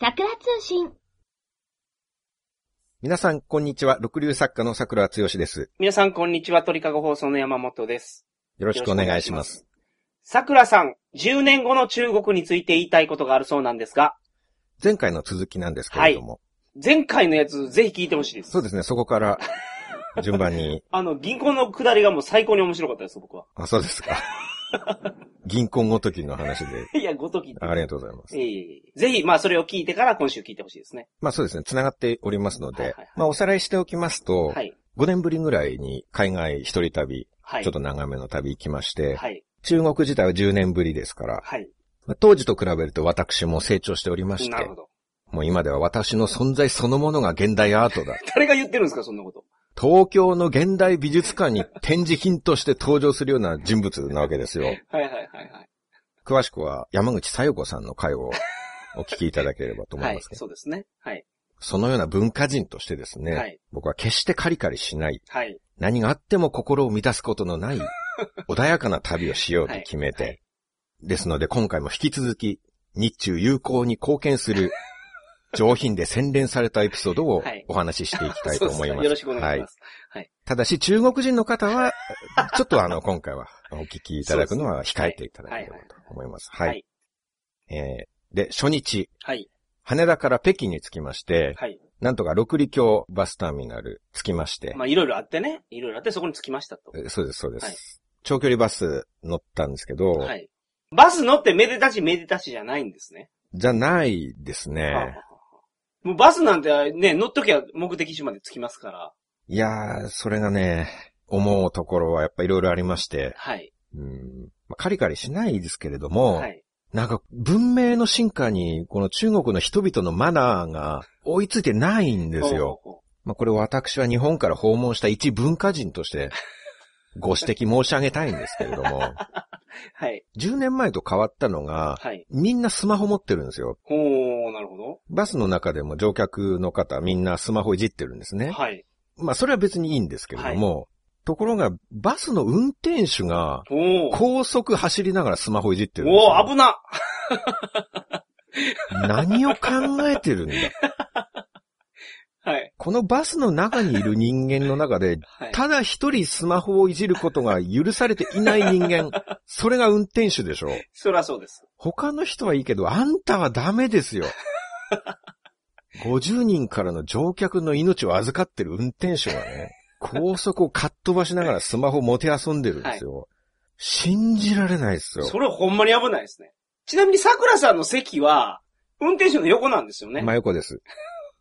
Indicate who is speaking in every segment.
Speaker 1: 桜通信。
Speaker 2: 皆さん、こんにちは。六流作家の桜つよしです。
Speaker 3: 皆さん、こんにちは。鳥かご放送の山本です。
Speaker 2: よろしくお願いします。
Speaker 3: 桜さん、10年後の中国について言いたいことがあるそうなんですが、
Speaker 2: 前回の続きなんですけれども、
Speaker 3: 前回のやつ、ぜひ聞いてほしいです。
Speaker 2: そうですね、そこから順番 に、
Speaker 3: あの、銀行の下りがもう最高に面白かったです、僕は。
Speaker 2: あ、そうですか。銀行ごときの話で、
Speaker 3: いや、ごときって。
Speaker 2: ありがとうございます。
Speaker 3: ええぜひ、まあ、それを聞いてから今週聞いてほしいですね。
Speaker 2: まあそうですね、繋がっておりますので、
Speaker 3: はいはいはい
Speaker 2: まあおさらいしておきますと、
Speaker 3: はい。
Speaker 2: 5年ぶりぐらいに海外一人旅、
Speaker 3: はい。
Speaker 2: ちょっと長めの旅行きまして、
Speaker 3: はい。
Speaker 2: 中国自体は10年ぶりですから、
Speaker 3: はい。
Speaker 2: まあ当時と比べると私も成長しておりまし
Speaker 3: なるほ
Speaker 2: て、
Speaker 3: ど。
Speaker 2: もう今では私の存在そのものが現代アートだ。
Speaker 3: 誰が言ってるんですか、そんなこと。
Speaker 2: 東京の現代美術館に展示品として登場するような人物なわけですよ。
Speaker 3: はいはいはいはい。
Speaker 2: 詳しくは山口小夜子さんの回をお聞きいただければと思
Speaker 3: はいい
Speaker 2: ま。すけど、
Speaker 3: そうですね。はい。
Speaker 2: そのような文化人としてですね、
Speaker 3: はい。
Speaker 2: 僕は決してカリカリしない、
Speaker 3: はい。
Speaker 2: 何があっても心を乱すことの ない、穏やかな旅をしようと決めて、
Speaker 3: はいはい
Speaker 2: ですので今回も引き続き、日中友好に貢献す る、上品で洗練されたエピソードを
Speaker 3: はい
Speaker 2: お話ししていきたいと思います。
Speaker 3: そうですねよろしくお願いします。
Speaker 2: ただし、中国人の方は、 ちょっとあの、今回はお聞きいただくのは控えていただければと思います。はい。
Speaker 3: はい
Speaker 2: えーで、初日、
Speaker 3: はい。
Speaker 2: 羽田から北京に着きまして、
Speaker 3: はい。
Speaker 2: なんとか六里橋バスターミナル着きまして、
Speaker 3: まあ、いろいろあってね。いろいろあって、そこに着きましたと。
Speaker 2: えそうです、そうです、
Speaker 3: はい
Speaker 2: 長距離バス乗ったんですけど、
Speaker 3: はい。バス乗ってめでたしめでたしじゃないんですね。
Speaker 2: じゃないですね。
Speaker 3: はあはあはあもうバスなんてね、乗っときゃ目的地まで着きますから。
Speaker 2: いやー、それがね、思うところはやっぱいろいろありまして、
Speaker 3: はい。
Speaker 2: うんまあカリカリしないですけれども、
Speaker 3: はい。
Speaker 2: なんか文明の進化にこの中国の人々のマナーが追いついてないんですよ。
Speaker 3: ほうほうほ
Speaker 2: まあこれを私は日本から訪問した一文化人としてご指摘申し上げたいんですけれど も、
Speaker 3: う。はい。
Speaker 2: 10年前と変わったのが、
Speaker 3: はい。
Speaker 2: みんなスマホ持ってるんですよ。
Speaker 3: ほう、なるほど。
Speaker 2: バスの中でも乗客の方みんなスマホいじってるんですね。
Speaker 3: はい。
Speaker 2: まあそれは別にいいんですけれども、ところがバスの運転手が
Speaker 3: ほう。
Speaker 2: 高速走りながらスマホいじってるんですよ。
Speaker 3: おお危な
Speaker 2: 何を考えてるんだ
Speaker 3: はい。
Speaker 2: このバスの中にいる人間の中で、
Speaker 3: はい。
Speaker 2: ただ一人スマホをいじることが許されていない人間、それが運転手でしょ。
Speaker 3: そりゃそうです。
Speaker 2: 他の人はいいけど、あんたはダメです よ。50人からの乗客の命を預かってる運転手がね、高速をかっ飛ばしながらスマホを持て遊んでるんですよ。信じられないですよ。
Speaker 3: それほんまに危ないですね。ちなみに桜さんの席は、運転手の横なんですよね。
Speaker 2: 真横です。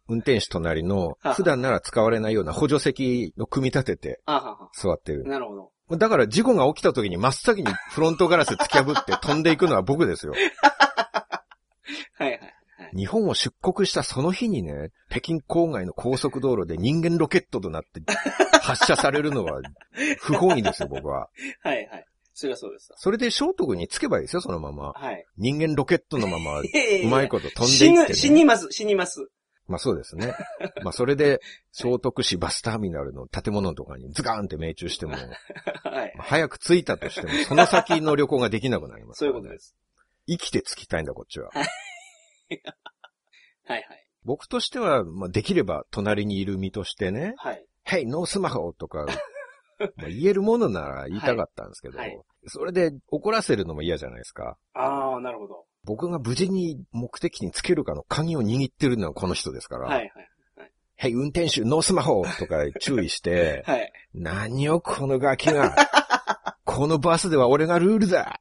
Speaker 2: 運転手隣の、普段なら使われないような補助席を組み立てて
Speaker 3: あはは。
Speaker 2: 座ってる。
Speaker 3: なるほど。
Speaker 2: だから事故が起きた時に真っ先にフロントガラス突き破って飛んでいくのは僕ですよ。
Speaker 3: はいはい。
Speaker 2: 日本を出国したその日にね、北京郊外の高速道路で人間ロケットとなって発射されるのは不本意ですよ、僕は。
Speaker 3: はいはい。そりゃそうです。
Speaker 2: それで聖徳につけばいいですよ、そのまま。
Speaker 3: はい。
Speaker 2: 人間ロケットのまま、う
Speaker 3: いやいやや
Speaker 2: まいこと飛んで
Speaker 3: 死
Speaker 2: いっ
Speaker 3: ぬ、
Speaker 2: て、
Speaker 3: 死
Speaker 2: ね。
Speaker 3: にます、死にます。
Speaker 2: まあそうですね。まあそれで、聖徳市バスターミナルの建物とかにズカーンって命中しても、
Speaker 3: はい。
Speaker 2: まあ早く着いたとしても、その先の旅行ができなくなります
Speaker 3: そ
Speaker 2: か
Speaker 3: うい
Speaker 2: ら
Speaker 3: う
Speaker 2: ね、
Speaker 3: ことです。
Speaker 2: 生きて着きたいんだ、こっちは。
Speaker 3: はい
Speaker 2: 僕としては、まあ、できれば隣にいる身としてね、
Speaker 3: はい。はい。
Speaker 2: Hey, no スマホとか、まあ言えるものなら言いたかったんですけど、
Speaker 3: はいはい
Speaker 2: それで怒らせるのも嫌じゃないですか。
Speaker 3: ああ、なるほど。
Speaker 2: 僕が無事に目的地につけるかの鍵を握ってるのはこの人ですから、
Speaker 3: はいはい。
Speaker 2: Hey, 運転手、ノースマホとか注意し て、
Speaker 3: はい。
Speaker 2: 何よこのガキが、このバスでは俺がルールだ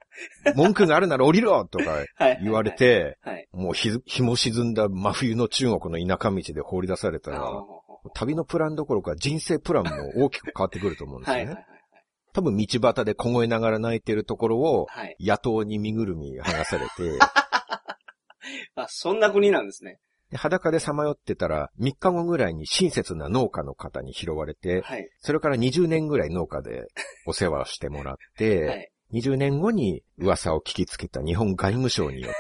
Speaker 2: 文句があるなら降りろとか
Speaker 3: はい。
Speaker 2: 言われ。て、
Speaker 3: はい。
Speaker 2: もうひ日も沈んだ真冬の中国の田舎道で放り出されたら、旅のプランどころか人生プランも大きく変わってくると思うんです
Speaker 3: は
Speaker 2: よね。
Speaker 3: いはい。
Speaker 2: 多分道端で凍えながら泣いてるところを、
Speaker 3: はい。
Speaker 2: 野党に身ぐるみ剥がされ て、
Speaker 3: あ、そんな国なんですね。
Speaker 2: で裸でさまよってたら、3日後ぐらいに親切な農家の方に拾われて、
Speaker 3: はい。
Speaker 2: それから20年ぐらい農家でお世話をしてもらっ
Speaker 3: は
Speaker 2: て、
Speaker 3: い。
Speaker 2: 20年後に噂を聞きつけた日本外務省によっ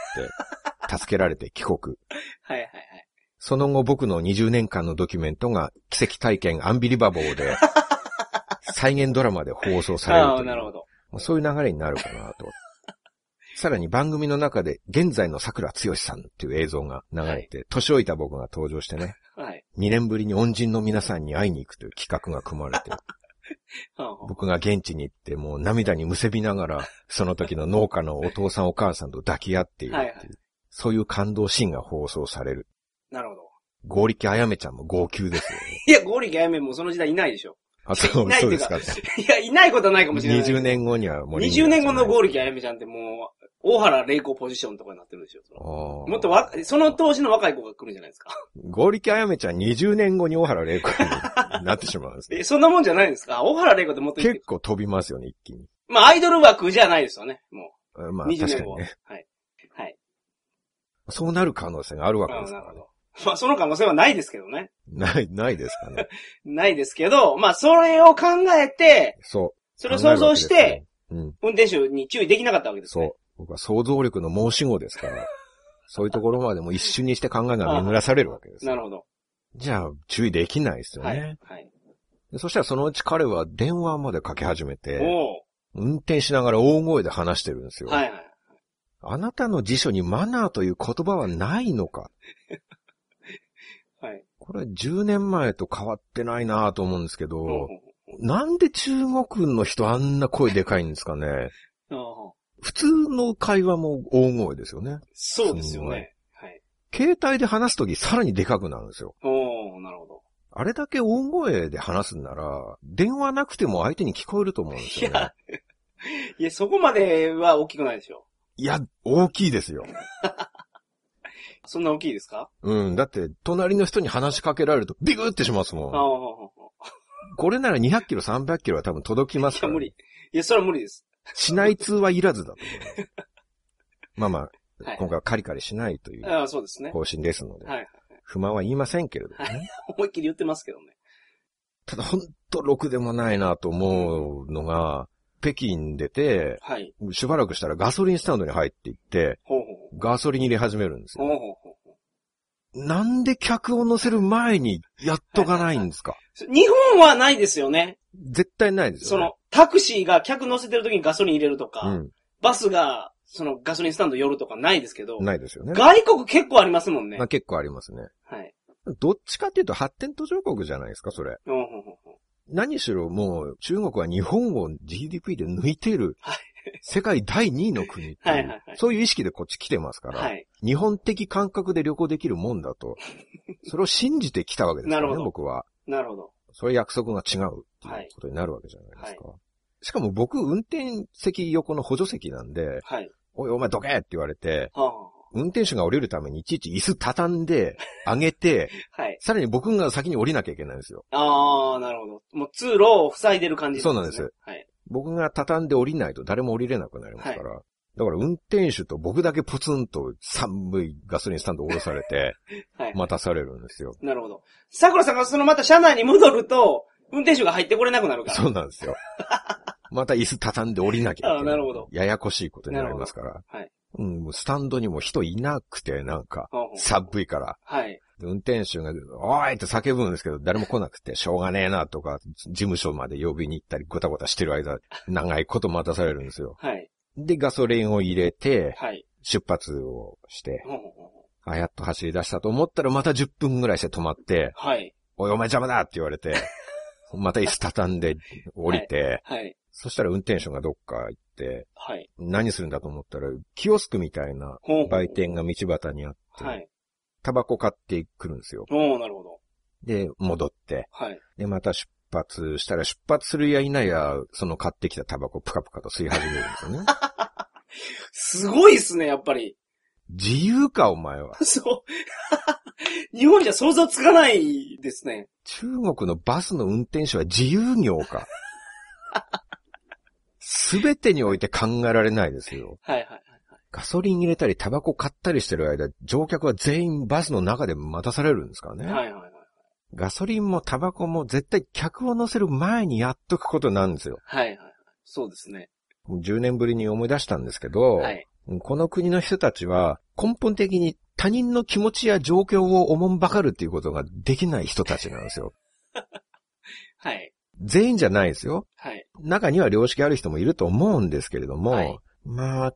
Speaker 2: て、助けられて帰国。
Speaker 3: はいはい
Speaker 2: その後僕の20年間のドキュメントが奇跡体験アンビリバボー で、再現ドラマで放送さ
Speaker 3: はい。
Speaker 2: れる
Speaker 3: あ
Speaker 2: とい
Speaker 3: あ、
Speaker 2: う
Speaker 3: なるほど。
Speaker 2: そういう流れになるかなと。さらに番組の中で、現在の桜剛さんっていう映像が流れて、年老いた僕が登場してね、
Speaker 3: はい。
Speaker 2: 2年ぶりに恩人の皆さんに会いに行くという企画が組まれ て、
Speaker 3: はんはん
Speaker 2: 僕が現地に行って、もう涙にむせびながら、その時の農家のお父さんお母さんと抱き合っているっていう、
Speaker 3: はいはい
Speaker 2: そういう感動シーンが放送される。
Speaker 3: なるほど。
Speaker 2: 合力あやめちゃんも号泣ですよね。
Speaker 3: いや、ゴーリキあやめもうその時代いないでしょ。
Speaker 2: あ、そう、
Speaker 3: いない
Speaker 2: そ
Speaker 3: と
Speaker 2: うで
Speaker 3: いう
Speaker 2: す
Speaker 3: か
Speaker 2: か。
Speaker 3: いや、いないことはないかもしれない。
Speaker 2: 20年後にはもう。
Speaker 3: 20年後のゴールキあやめちゃんってもう、大原玲子ポジションとかになってるでしょ。その
Speaker 2: あー
Speaker 3: もっとわ、その当時の若い子が来るんじゃないですか。
Speaker 2: 合力あやめちゃん20年後に大原玲子になってしまうんですね
Speaker 3: え、そんなもんじゃないんですか大原玲子ってもっといいけ
Speaker 2: 結
Speaker 3: ど
Speaker 2: 構飛びますよね、一気に。
Speaker 3: まあ、アイドル枠じゃないですよね。も
Speaker 2: うんま
Speaker 3: う、
Speaker 2: あ、
Speaker 3: 20
Speaker 2: 確か
Speaker 3: 年後
Speaker 2: に
Speaker 3: は。
Speaker 2: ね。
Speaker 3: はい。はい。
Speaker 2: そうなる可能性があるわけ
Speaker 3: あ
Speaker 2: で
Speaker 3: ー
Speaker 2: す
Speaker 3: な
Speaker 2: か
Speaker 3: る
Speaker 2: ら
Speaker 3: ほ
Speaker 2: ね。
Speaker 3: ど。まあ、その可能性はないですけどね。
Speaker 2: ない、ないですかね。
Speaker 3: ないですけど、まあ、それを考えて、
Speaker 2: そう。
Speaker 3: それを想像し
Speaker 2: 考えるわけ
Speaker 3: て、
Speaker 2: ですね。うん。
Speaker 3: 運転手に注意できなかったわけです
Speaker 2: そう
Speaker 3: ね。。
Speaker 2: 僕は想像力の申し子です から、そういうところまでも一瞬にして考えが巡らされるわけです。
Speaker 3: なるほど。
Speaker 2: じゃあ、注意できないですよね。
Speaker 3: はい。はい。
Speaker 2: でそしたらそのうち彼は電話までかけ始めて、
Speaker 3: お
Speaker 2: 運転しながら大声で話してるんです
Speaker 3: ー
Speaker 2: よ。
Speaker 3: はいはい。
Speaker 2: あなたの辞書にマナーという言葉はないのか。
Speaker 3: はい。
Speaker 2: これ10年前と変わってないなぁと思うんですけ
Speaker 3: うんうん
Speaker 2: ど、なんで中国の人あんな声でかいんですかね。
Speaker 3: うんうん
Speaker 2: 普通の会話も大声ですよね。
Speaker 3: そうですよね。はい。
Speaker 2: 携帯で話すときさらにでかくなるんですよ。
Speaker 3: おー、なるほど。
Speaker 2: あれだけ大声で話すんなら、電話なくても相手に聞こえると思うんです
Speaker 3: い
Speaker 2: よ、ね
Speaker 3: や。、いや、そこまでは大きくないでしょ。
Speaker 2: いや、大きいですよ。
Speaker 3: そんな大きいですか
Speaker 2: うん。だって、隣の人に話しかけられるとビグってします
Speaker 3: ああ、
Speaker 2: もん。
Speaker 3: あああ
Speaker 2: これなら200キロ、300キロは多分届きま
Speaker 3: あい
Speaker 2: すか
Speaker 3: や、
Speaker 2: ら。
Speaker 3: 無理。いや、それは無理です。
Speaker 2: しない通はいら ずだと思います。まあまあ、
Speaker 3: はい
Speaker 2: 今回はカリカリしないという
Speaker 3: ああ、そうですね。
Speaker 2: 方針ですので、
Speaker 3: はい。
Speaker 2: 不満は言いませんけれどもね。
Speaker 3: 思いっきり言ってますけどね。
Speaker 2: ただ、ほんとろくでもないなと思うのが、北京出て、
Speaker 3: はい。
Speaker 2: しばらくしたらガソリンスタンドに入っていって、
Speaker 3: ほうほう
Speaker 2: ガソリン入れ始めるんです
Speaker 3: ほう。
Speaker 2: よ。
Speaker 3: ほうほうほうほう
Speaker 2: なんで客を乗せる前にやっとかないんですか
Speaker 3: そ日本はないですよね。
Speaker 2: 絶対ないです
Speaker 3: そ
Speaker 2: よ、ね。
Speaker 3: の、タクシーが客乗せてる時にガソリン入れるとか、バスが、そのガソリンスタンド寄るとかないですけど
Speaker 2: うん。、ないですよね。
Speaker 3: 外国結構ありますもんね
Speaker 2: まあ。結構ありますね。
Speaker 3: はい。
Speaker 2: どっちかっていうと発展途上国じゃないですか、それ。
Speaker 3: ほうほうほうほう
Speaker 2: 何しろもう中国は日本を GDP で抜いている
Speaker 3: はい、
Speaker 2: 世界第2位の国って
Speaker 3: はいいは
Speaker 2: う
Speaker 3: いはい
Speaker 2: そういう意識でこっち来てますから、
Speaker 3: はい。
Speaker 2: 日本的感覚で旅行できるもんだと、それを信じてきたわけですか
Speaker 3: な
Speaker 2: らね、
Speaker 3: るほど
Speaker 2: 僕は。
Speaker 3: なるほど。
Speaker 2: それ約束が違うっていうことになるわけじゃないですか。しかも僕、運転席横の補助席なんで、
Speaker 3: はい。
Speaker 2: おいお前どけって言われて、
Speaker 3: はあは
Speaker 2: 運転手が降りるためにいちいち椅子畳んで、上げて、
Speaker 3: あ、はい。
Speaker 2: さらに僕が先に降りなきゃいけないんですよ。
Speaker 3: ああ、なるほど。もう通路を塞いでる感じ、
Speaker 2: そうなんです。
Speaker 3: はい。
Speaker 2: 僕が畳んで降りないと誰も降りれなくなりますから。だから運転手と僕だけポツンと寒いガソリンスタンド降ろされ て、
Speaker 3: はい。
Speaker 2: 待たされるんですよ。
Speaker 3: なるほど。桜さんがそのまた車内に戻ると、運転手が入ってこれなくなるから。
Speaker 2: そうなん ですよ。また椅子畳んで降りなきゃいけない。
Speaker 3: あなるほど
Speaker 2: ややこしいことになりますから。
Speaker 3: はい。
Speaker 2: うん、もうスタンドにも人いなくて、なんか、
Speaker 3: ほうほう
Speaker 2: 寒いから。
Speaker 3: はい。
Speaker 2: で運転手が、おーいって叫ぶんですけど、誰も来なくて、しょうがねえなとか、事務所まで呼びに行ったり、ごたごたしてる間、長いこと待たされるんですよ。
Speaker 3: はい。
Speaker 2: で、ガソリンを入れて、
Speaker 3: はい。
Speaker 2: 出発をして、
Speaker 3: ほうほうほうほ
Speaker 2: あ、やっと走り出したと思ったら、また10分ぐらいして止まって、
Speaker 3: うはい。
Speaker 2: おい、お前邪魔だって言われて、 また椅子畳んで降りて、
Speaker 3: はい。
Speaker 2: そしたら運転手がどっか行って、
Speaker 3: はい。
Speaker 2: 何するんだと思ったら、キオスクみたいな
Speaker 3: ほうほう
Speaker 2: 売店が道端にあって、
Speaker 3: はい。
Speaker 2: タバコ買ってくるんですよ。
Speaker 3: おおなるほど。
Speaker 2: で、戻って、
Speaker 3: はい。
Speaker 2: で、また出発したら、出発するや否や、その買ってきたタバコプカプカと吸い始めるんですよ ね。
Speaker 3: すごいっすね、やっぱり。
Speaker 2: 自由か、お前 は。
Speaker 3: そう。日本じゃ想像つかないですね。
Speaker 2: 中国のバスの運転手は自由業か。すべてにおいて考えられないですよ。
Speaker 3: はいはいはい。
Speaker 2: ガソリン入れたりタバコ買ったりしてる間、乗客は全員バスの中で待たされるんですからね。
Speaker 3: はいはいはい。
Speaker 2: ガソリンもタバコも絶対客を乗せる前にやっとくことなんですよ。
Speaker 3: はいはいはい。そうですね。
Speaker 2: もう10年ぶりに思い出したんですけど、
Speaker 3: はい。
Speaker 2: この国の人たちは根本的に他人の気持ちや状況をおもんばかるっていうことができない人たちなんですよ。
Speaker 3: はい。
Speaker 2: 全員じゃないですよ。
Speaker 3: はい。
Speaker 2: 中には良識ある人もいると思うんですけれども、
Speaker 3: はい
Speaker 2: まあ、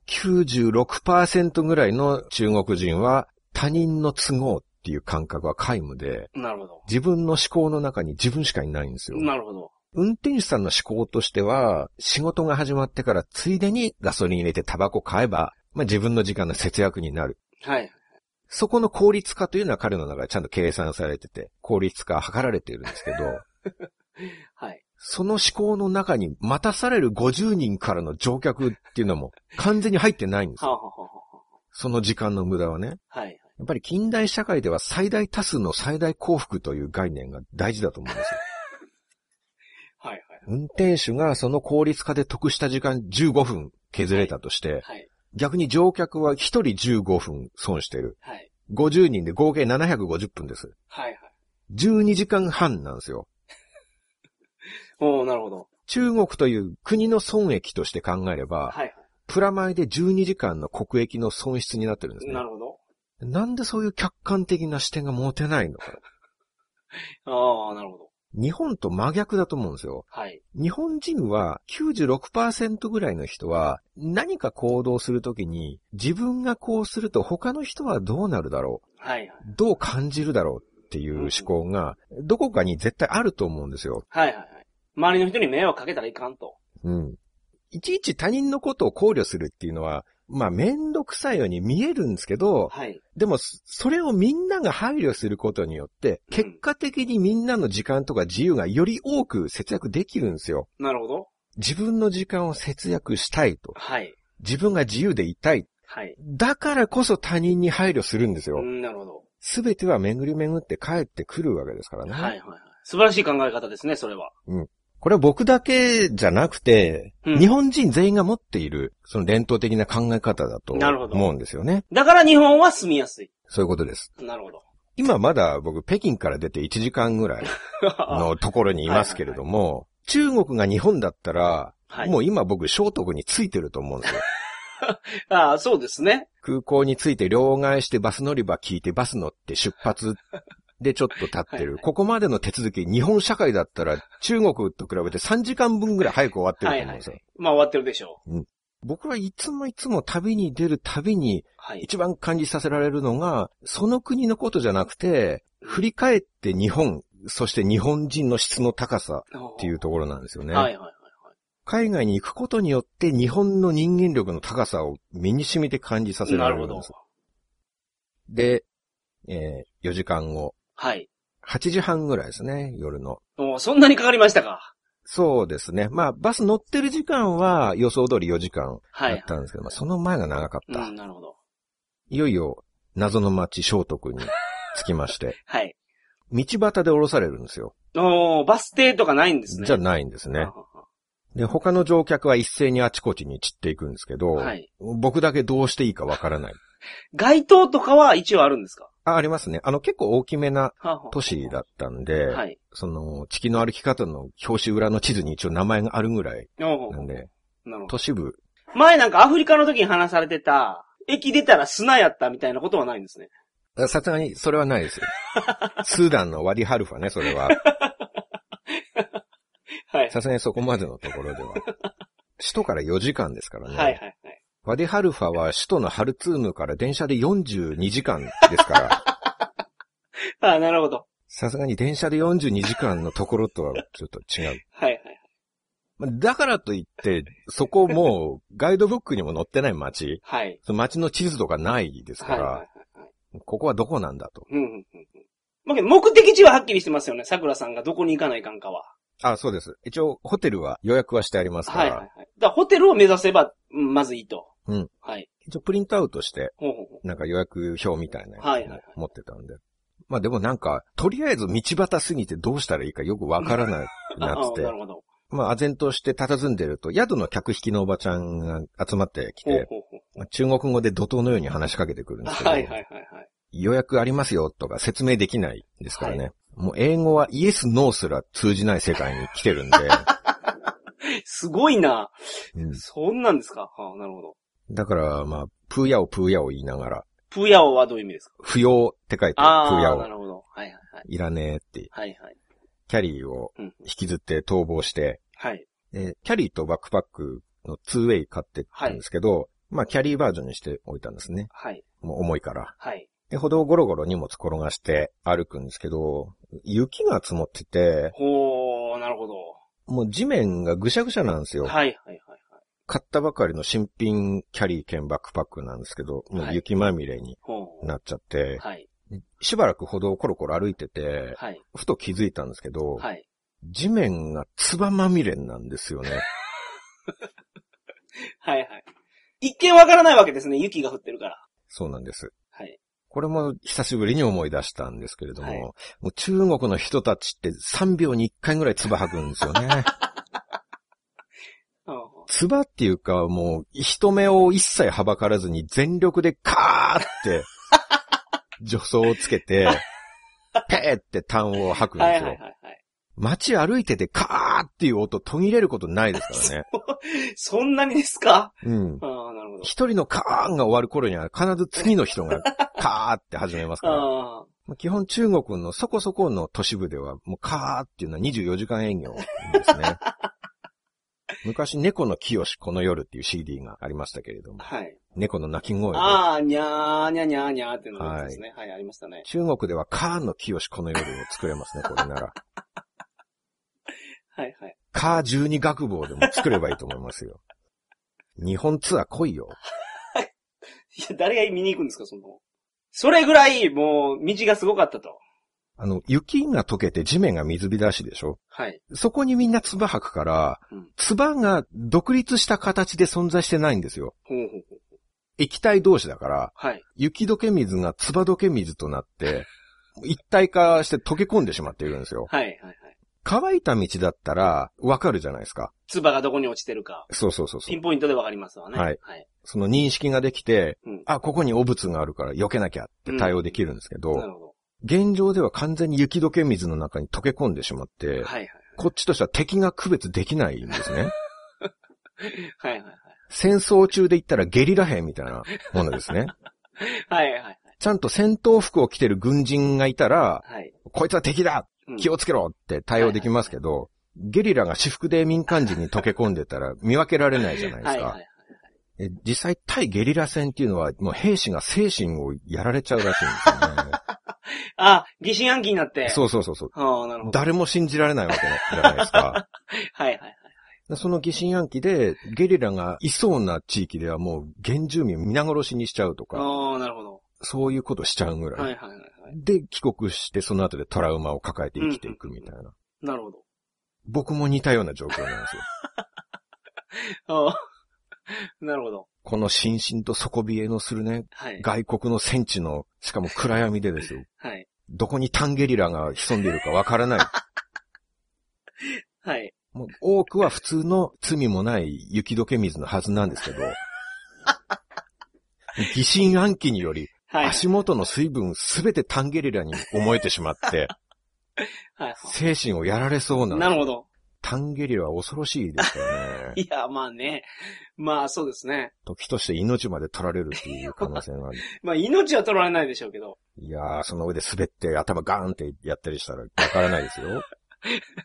Speaker 2: 96%ぐらいの中国人は他人の都合っていう感覚は皆無で、
Speaker 3: なるほど。
Speaker 2: 自分の思考の中に自分しかいないんですよ。
Speaker 3: なるほど。
Speaker 2: 運転手さんの思考としては、仕事が始まってからついでにガソリン入れてタバコ買えば、まあ自分の時間の節約になる。
Speaker 3: はい。
Speaker 2: そこの効率化というのは彼の中でちゃんと計算されてて、効率化は図られているんですけど、
Speaker 3: はい。
Speaker 2: その思考の中に待たされる50人からの乗客っていうのも完全に入ってないんです
Speaker 3: はあ、
Speaker 2: よ。
Speaker 3: はあはあは
Speaker 2: その時間の無駄はね。
Speaker 3: あ、はい。
Speaker 2: やっぱり近代社会では最大多数の最大幸福という概念が大事だと思うんですよ。
Speaker 3: はい。はい。
Speaker 2: 運転手がその効率化で得した時間15分削れたとして、
Speaker 3: はい。
Speaker 2: 逆に乗客は1人15分損してる。
Speaker 3: はい。
Speaker 2: 50人で合計750分です。
Speaker 3: はい。はい。
Speaker 2: 12時間半なんですよ。
Speaker 3: おおなるほど。
Speaker 2: 中国という国の損益として考えれば、
Speaker 3: はい。
Speaker 2: プラマイで12時間の国益の損失になってるんですね
Speaker 3: な。るほど。
Speaker 2: なんでそういう客観的な視点が持てないのかな。
Speaker 3: ああ、なるほど。
Speaker 2: 日本と真逆だと思うんですよ。
Speaker 3: はい。
Speaker 2: 日本人は96%ぐらいの人は何か行動するときに自分がこうすると他の人はどうなるだろ
Speaker 3: はい。
Speaker 2: う、どう感じるだろうっていう思考がどこかに絶対あると思うんですよ。
Speaker 3: はい。はい。はい。周りの人に迷惑かけたらいかんと。
Speaker 2: うん。いちいち他人のことを考慮するっていうのは、まあめんどくさいように見えるんですけど、
Speaker 3: はい。
Speaker 2: でもそそれをみんなが配慮することによって、
Speaker 3: うん
Speaker 2: 結果的にみんなの時間とか自由がより多く節約できるんですよ。
Speaker 3: なるほど。
Speaker 2: 自分の時間を節約したいと。
Speaker 3: はい。
Speaker 2: 自分が自由でいたい。
Speaker 3: はい。
Speaker 2: だからこそ他人に配慮するんです
Speaker 3: う
Speaker 2: よ。
Speaker 3: ん、なるほど。
Speaker 2: すべては巡り巡って帰ってくるわけですからね。
Speaker 3: はい。はい。はい素晴らしい考え方ですね、それは。
Speaker 2: これは僕だけじゃなくて、
Speaker 3: うん
Speaker 2: 日本人全員が持っている、その伝統的な考え方だと
Speaker 3: なるほど
Speaker 2: 思うんですよね。
Speaker 3: だから日本は住みやすい。
Speaker 2: そういうことです。
Speaker 3: なるほど。
Speaker 2: 今まだ僕北京から出て1時間ぐらいのところにいますけれども、中国が日本だったら、
Speaker 3: はい。
Speaker 2: もう今僕、聖徳についてると思うんです よ。
Speaker 3: ああ、そうですね。
Speaker 2: 空港に着いて両替してバス乗り場聞いてバス乗って出発でちょっと経って
Speaker 3: はいは
Speaker 2: る。
Speaker 3: い
Speaker 2: ここまでの手続き、日本社会だったら中国と比べて3時間分ぐらい早く終わってると思うんですよ。
Speaker 3: まあ終わってるでしょう。
Speaker 2: 僕はいつもいつも旅に出るたびに
Speaker 3: はい。
Speaker 2: 一番感じさせられるのが、その国のことじゃなくて、振り返って日本、そして日本人の質の高さっていうところなんですよね。
Speaker 3: はいはいはい。
Speaker 2: 海外に行くことによって日本の人間力の高さを身に染みて感じさせら
Speaker 3: な
Speaker 2: れ
Speaker 3: る
Speaker 2: る
Speaker 3: ほ
Speaker 2: ん
Speaker 3: ど
Speaker 2: です。。で、えー4時間後、
Speaker 3: はい。
Speaker 2: 8時半ぐらいですね、夜の。
Speaker 3: おーそんなにかかりましたか。
Speaker 2: そうですね。まあ、バス乗ってる時間は予想通り4時間
Speaker 3: は
Speaker 2: だっ
Speaker 3: い。
Speaker 2: たんですけど、まあ、その前が長かっ
Speaker 3: う
Speaker 2: た。
Speaker 3: ん、なるほど。
Speaker 2: いよいよ、謎の町、聖徳に着きまして、
Speaker 3: はい。
Speaker 2: 道端で降ろされるんですよ。
Speaker 3: おーバス停とかないんですね。
Speaker 2: じゃないんですね
Speaker 3: あ。あ
Speaker 2: で、他の乗客は一斉にあちこちに散っていくんですけど、
Speaker 3: あはい。
Speaker 2: 僕だけどうしていいかわからない。
Speaker 3: 街灯とかは一応あるんですか
Speaker 2: あ、ありますね。あの、結構大きめな
Speaker 3: はあはあ
Speaker 2: 都市だったんで、
Speaker 3: はい。
Speaker 2: その、地球の歩き方の表紙裏の地図に一応名前があるぐらい
Speaker 3: おー
Speaker 2: なんで、
Speaker 3: なるほど。
Speaker 2: 都市部、
Speaker 3: 前なんかアフリカの時に話されてた、駅出たら砂やったみたいなことはないんですね。
Speaker 2: あさすがにそれはない ですよ。スーダンのワディハルファね、それは。
Speaker 3: はい。
Speaker 2: さすがにそこまでのところ では。首都から4時間ですから
Speaker 3: は
Speaker 2: ね。
Speaker 3: いはいはい。
Speaker 2: ワディハルファは首都のハルツームから電車で42時間です から、
Speaker 3: ああ、なるほど。
Speaker 2: さすがに電車で42時間のところとはちょっと違う。
Speaker 3: はいはい。
Speaker 2: まあだからといって、そこもうガイドブックにも載ってない街、
Speaker 3: はい。
Speaker 2: その街の地図とかないですか
Speaker 3: はい
Speaker 2: ら、
Speaker 3: はいはい。
Speaker 2: ここはどこなんだと。
Speaker 3: うんうんうんうん。まあけど目的地ははっきりしてますよね。桜さんがどこに行かないかんかは。
Speaker 2: あ、そうです。一応ホテルは予約はしてありますか
Speaker 3: は
Speaker 2: ら、
Speaker 3: いはいはい。だからホテルを目指せば、うんまずいいと。
Speaker 2: うん。
Speaker 3: はい。
Speaker 2: 一応プリントアウトして、
Speaker 3: ほうほうほ
Speaker 2: なんか予約表みたいな
Speaker 3: はいはい
Speaker 2: の
Speaker 3: は
Speaker 2: を
Speaker 3: い
Speaker 2: 持ってたんで。まあでもなんか、とりあえず道端すぎてどうしたらいいかよくわからなく
Speaker 3: う。 あ
Speaker 2: なっ
Speaker 3: あ、
Speaker 2: て
Speaker 3: な
Speaker 2: て、
Speaker 3: るほど。
Speaker 2: まあ唖然として佇んでると、宿の客引きのおばちゃんが集まってき
Speaker 3: ほう
Speaker 2: て、
Speaker 3: ほうほう。
Speaker 2: まあ中国語で怒涛のように話しかけてくるんですけど、
Speaker 3: はいはいはいはい。
Speaker 2: 予約ありますよとか説明できないですからね。
Speaker 3: は
Speaker 2: もう英語はイエス、ノーすら通じない世界に来てるんで、
Speaker 3: すごいな。
Speaker 2: うん
Speaker 3: そんなんですか。はあ、なるほど。
Speaker 2: だからまあ、プーヤオプーヤオ言いながら、
Speaker 3: プーヤオはどういう意味ですか
Speaker 2: 不要って書いて、プーヤ
Speaker 3: ああ、な
Speaker 2: オ
Speaker 3: るほど。はいはいはい。
Speaker 2: いらねえって、
Speaker 3: はいはい。
Speaker 2: キャリーを
Speaker 3: うん。
Speaker 2: 引きずって逃亡して、
Speaker 3: はい。
Speaker 2: で、キャリーとバックパックの 2way 買ってったんですけど、まあキャリーバージョンにしておいたんですね。
Speaker 3: はい。
Speaker 2: もう重いから。
Speaker 3: はい。
Speaker 2: で、歩道をゴロゴロ荷物転がして歩くんですけど、雪が積もってて、
Speaker 3: ほー、なるほど。
Speaker 2: もう地面がぐしゃぐしゃなんですよ。
Speaker 3: はい、はい、はい。はい
Speaker 2: 買ったばかりの新品キャリー兼バックパックなんですけど、も
Speaker 3: は
Speaker 2: う
Speaker 3: い
Speaker 2: 雪まみれに
Speaker 3: ほー。
Speaker 2: なっちゃって、
Speaker 3: はい。
Speaker 2: しばらく歩道をコロコロ歩いてて、
Speaker 3: はい。
Speaker 2: ふと気づいたんですけど、
Speaker 3: はい。
Speaker 2: 地面がつばまみれなんです よね。
Speaker 3: はい、はい。一見わからないわけですね。雪が降ってるから。
Speaker 2: そうなんです。
Speaker 3: はい。
Speaker 2: これも久しぶりに思い出したんですけれども、
Speaker 3: はい
Speaker 2: もう中国の人たちって3秒に1回ぐらい唾吐くんですよ ね。
Speaker 3: うん
Speaker 2: 唾っていうかもう人目を一切はばからずに全力でカーって助走をつけて、ペーって単を吐くん
Speaker 3: はい、
Speaker 2: で
Speaker 3: は
Speaker 2: す
Speaker 3: い、
Speaker 2: よ。
Speaker 3: はい。はい
Speaker 2: 街歩いててカーっていう音途切れることないですからね。
Speaker 3: そんなにですか
Speaker 2: うん。
Speaker 3: ああ、なるほど。
Speaker 2: 一人のカーンが終わる頃には必ず次の人 がカーって始めますから。
Speaker 3: あ
Speaker 2: まあ基本中国のそこそこの都市部ではもうカーっていうのは24時間営業です ね。昔猫の清しこの夜っていう CD がありましたけれども
Speaker 3: あ、、はい。
Speaker 2: 猫の鳴き声で
Speaker 3: ああ、にゃー、にゃにゃーにゃーっていうのがありますね。はい、ありましたね。
Speaker 2: 中国ではカーンの清しこの夜を作れますね、これなら。
Speaker 3: はい、はい。
Speaker 2: カー12学坊でも作ればいいと思いますよ。日本ツアー来いよ。
Speaker 3: いや、誰が見に行くんですか、その。それぐらい、もう、道がすごかったと。
Speaker 2: あの、雪が溶けて地面が水浸しでしょ
Speaker 3: はい。
Speaker 2: そこにみんな唾吐くから
Speaker 3: うん、
Speaker 2: 唾が独立した形で存在してないんですよ。
Speaker 3: ほうほうほう。
Speaker 2: 液体同士だから、
Speaker 3: はい。
Speaker 2: 雪解け水が唾解け水とな って、一体化して溶け込んでしまっているんですよ。
Speaker 3: はい、はい、はい。
Speaker 2: 乾いた道だったら、わかるじゃないですか。
Speaker 3: ツバがどこに落ちてるか。
Speaker 2: そうそうそうそ
Speaker 3: ピ
Speaker 2: う。
Speaker 3: ンポイントでわかりますわね。
Speaker 2: はい
Speaker 3: はい。
Speaker 2: その認識ができて、
Speaker 3: うん
Speaker 2: あ、ここに汚物があるから避けなきゃって対応できるんですけど、
Speaker 3: なるほ
Speaker 2: 現状では完全に雪解け水の中に溶け込んでしまっ
Speaker 3: ど。
Speaker 2: て、
Speaker 3: はい、はい。
Speaker 2: こっちとしては敵が区別できないんです ね。
Speaker 3: はい、はい、はい。
Speaker 2: 戦争中で言ったらゲリラ兵みたいなものですね。
Speaker 3: はい、はい、はい。
Speaker 2: ちゃんと戦闘服を着てる軍人がいたら、
Speaker 3: はい。
Speaker 2: こいつは敵だ
Speaker 3: うん
Speaker 2: 気をつけろって対応できますけど、ゲリラが私服で民間人に溶け込んでた ら見分けられないじゃないで
Speaker 3: は
Speaker 2: す
Speaker 3: い、はい、は
Speaker 2: か。
Speaker 3: い。
Speaker 2: え実際対ゲリラ戦っていうのはもう兵士が精神をやられちゃうらしいんです よね。
Speaker 3: あ、疑心暗鬼になって。う。
Speaker 2: そうそうそうそう。
Speaker 3: ああ、なるほど。
Speaker 2: 誰も信じられないわけじゃないですか。
Speaker 3: はい、はい、はい。
Speaker 2: でその疑心暗鬼でゲリラがいそうな地域ではもう原住民を皆殺しにしちゃうとか、
Speaker 3: ああ、なるほど。
Speaker 2: そういうことしちゃうぐらい
Speaker 3: はい、はい、はい。はい
Speaker 2: で、帰国して、その後でトラウマを抱えて生きていくみたいな。
Speaker 3: なるほど。
Speaker 2: 僕も似たような状況なんですよ。
Speaker 3: ああ。 なるほど。
Speaker 2: この心身と底冷えのするね、
Speaker 3: はい。
Speaker 2: 外国の戦地の、しかも暗闇でですよ。
Speaker 3: はい。
Speaker 2: どこにタンゲリラが潜んでいるかわからない。
Speaker 3: はい。
Speaker 2: もう多くは普通の罪もない雪解け水のはずなんですけど、疑心暗鬼により、
Speaker 3: はい。
Speaker 2: 足元の水分すべてタンゲリラに思えてしまって、
Speaker 3: はい。
Speaker 2: 精神をやられそうなんです
Speaker 3: なるほ。ど。
Speaker 2: タンゲリラは恐ろしいですよね。
Speaker 3: いや、まあね。まあそうですね。
Speaker 2: 時として命まで取られるっていう可能性がある。
Speaker 3: まあ命は取られないでしょうけど。
Speaker 2: いやー、その上で滑って頭ガーンってやったりしたらわからないですよ。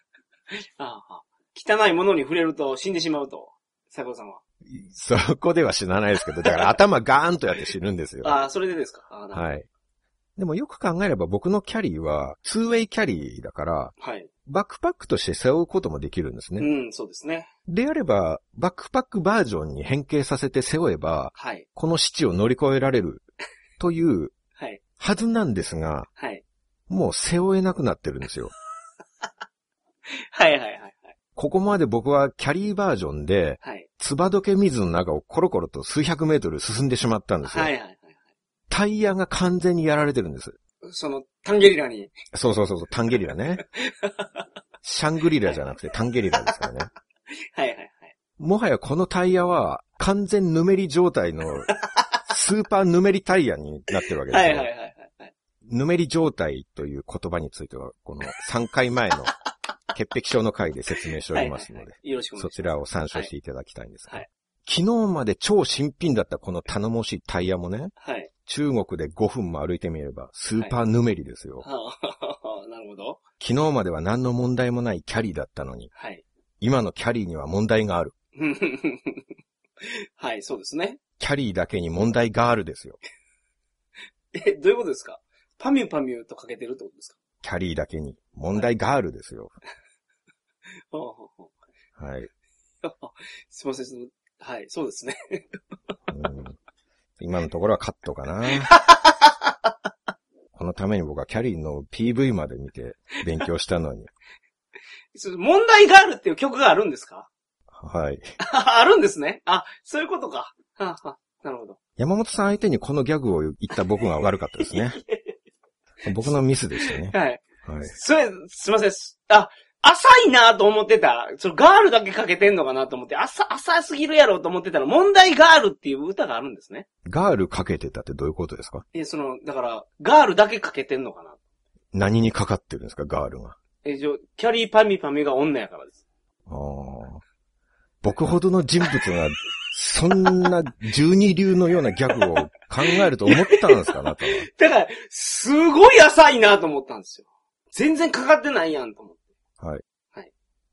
Speaker 3: ああ汚いものに触れると死んでしまうと。佐藤さんは。
Speaker 2: そこでは死なないですけど、だから頭ガーンとやって死ぬんですよ。
Speaker 3: ああ、それでですか。ああなる
Speaker 2: はい。でもよく考えれば僕のキャリーは 2way キャリーだから、
Speaker 3: ほどはい。
Speaker 2: バックパックとして背負うこともできるんですね。
Speaker 3: うん、そうですね。
Speaker 2: であれば、バックパックバージョンに変形させて背負えば、
Speaker 3: はい。
Speaker 2: この死地を乗り越えられるという
Speaker 3: はい。
Speaker 2: はずなんですが、
Speaker 3: はい。
Speaker 2: もう背負えなくなってるんですよ。
Speaker 3: はいはいはいはい。
Speaker 2: ここまで僕はキャリーバージョンで、
Speaker 3: はい。
Speaker 2: つばどけ水の中をコロコロと数百メートル進んでしまったんですよ。
Speaker 3: はいはいはい。
Speaker 2: タイヤが完全にやられてるんです。
Speaker 3: その、タンゲリラに。
Speaker 2: そうそうそうそう、タンゲリラね。シャングリラじゃなくてタンゲリラですからね。
Speaker 3: はいはいはい。
Speaker 2: もはやこのタイヤは完全ぬめり状態のスーパーぬめりタイヤになってるわけです
Speaker 3: は
Speaker 2: よ。
Speaker 3: いはいはいはい。
Speaker 2: ぬめり状態という言葉については、この3回前の潔癖症の回で説明してお
Speaker 3: はい
Speaker 2: り
Speaker 3: は
Speaker 2: ま
Speaker 3: い
Speaker 2: すので。
Speaker 3: はい。よろしくお願
Speaker 2: そ
Speaker 3: いし
Speaker 2: ちらを参照していただきたいんですが、
Speaker 3: はい
Speaker 2: 昨日まで超新品だったこの頼もしいタイヤもね、
Speaker 3: ます。はい。
Speaker 2: 中国で5分も歩いてみればスーパーヌメリですよ、
Speaker 3: はあなるほど。
Speaker 2: 昨日までは何の問題もないキャリーだったのに、
Speaker 3: はい。
Speaker 2: 今のキャリーには問題がある。
Speaker 3: はい、そうですね。
Speaker 2: キャリーだけに問題ガールですよ。
Speaker 3: え、どういうことですかパミュパミュとかけてるってことですか
Speaker 2: キャリーだけに問題ガールですよ。
Speaker 3: ああ
Speaker 2: はい。
Speaker 3: すいません、その、はい、そうですね。
Speaker 2: うん今のところはカットかな。このために僕はキャリーの PV まで見て勉強したのに。
Speaker 3: その問題があるっていう曲があるんですか
Speaker 2: はい。
Speaker 3: あるんですね。あ、そういうことか。はあはあなるほど。
Speaker 2: 山本さん相手にこのギャグを言った僕が悪かったですね。僕のミスでしたね。
Speaker 3: はい。
Speaker 2: はい。
Speaker 3: それ、すいません。すあ、浅いなと思ってた。そのガールだけかけてんのかなと思って、浅、浅すぎるやろうと思ってたら、問題ガールっていう歌があるんですね。
Speaker 2: ガールかけてたってどういうことですか
Speaker 3: え、その、だから、ガールだけかけてんのかな。
Speaker 2: 何にかかってるんですか、ガールが。
Speaker 3: え、じゃあキャリーパミパミが女やからです。
Speaker 2: あー僕ほどの人物が、そんな十二流のようなギャグを考えると思ったんですか、あなたは。
Speaker 3: だから、すごい浅いなと思ったんですよ。全然かかってないやんと思って。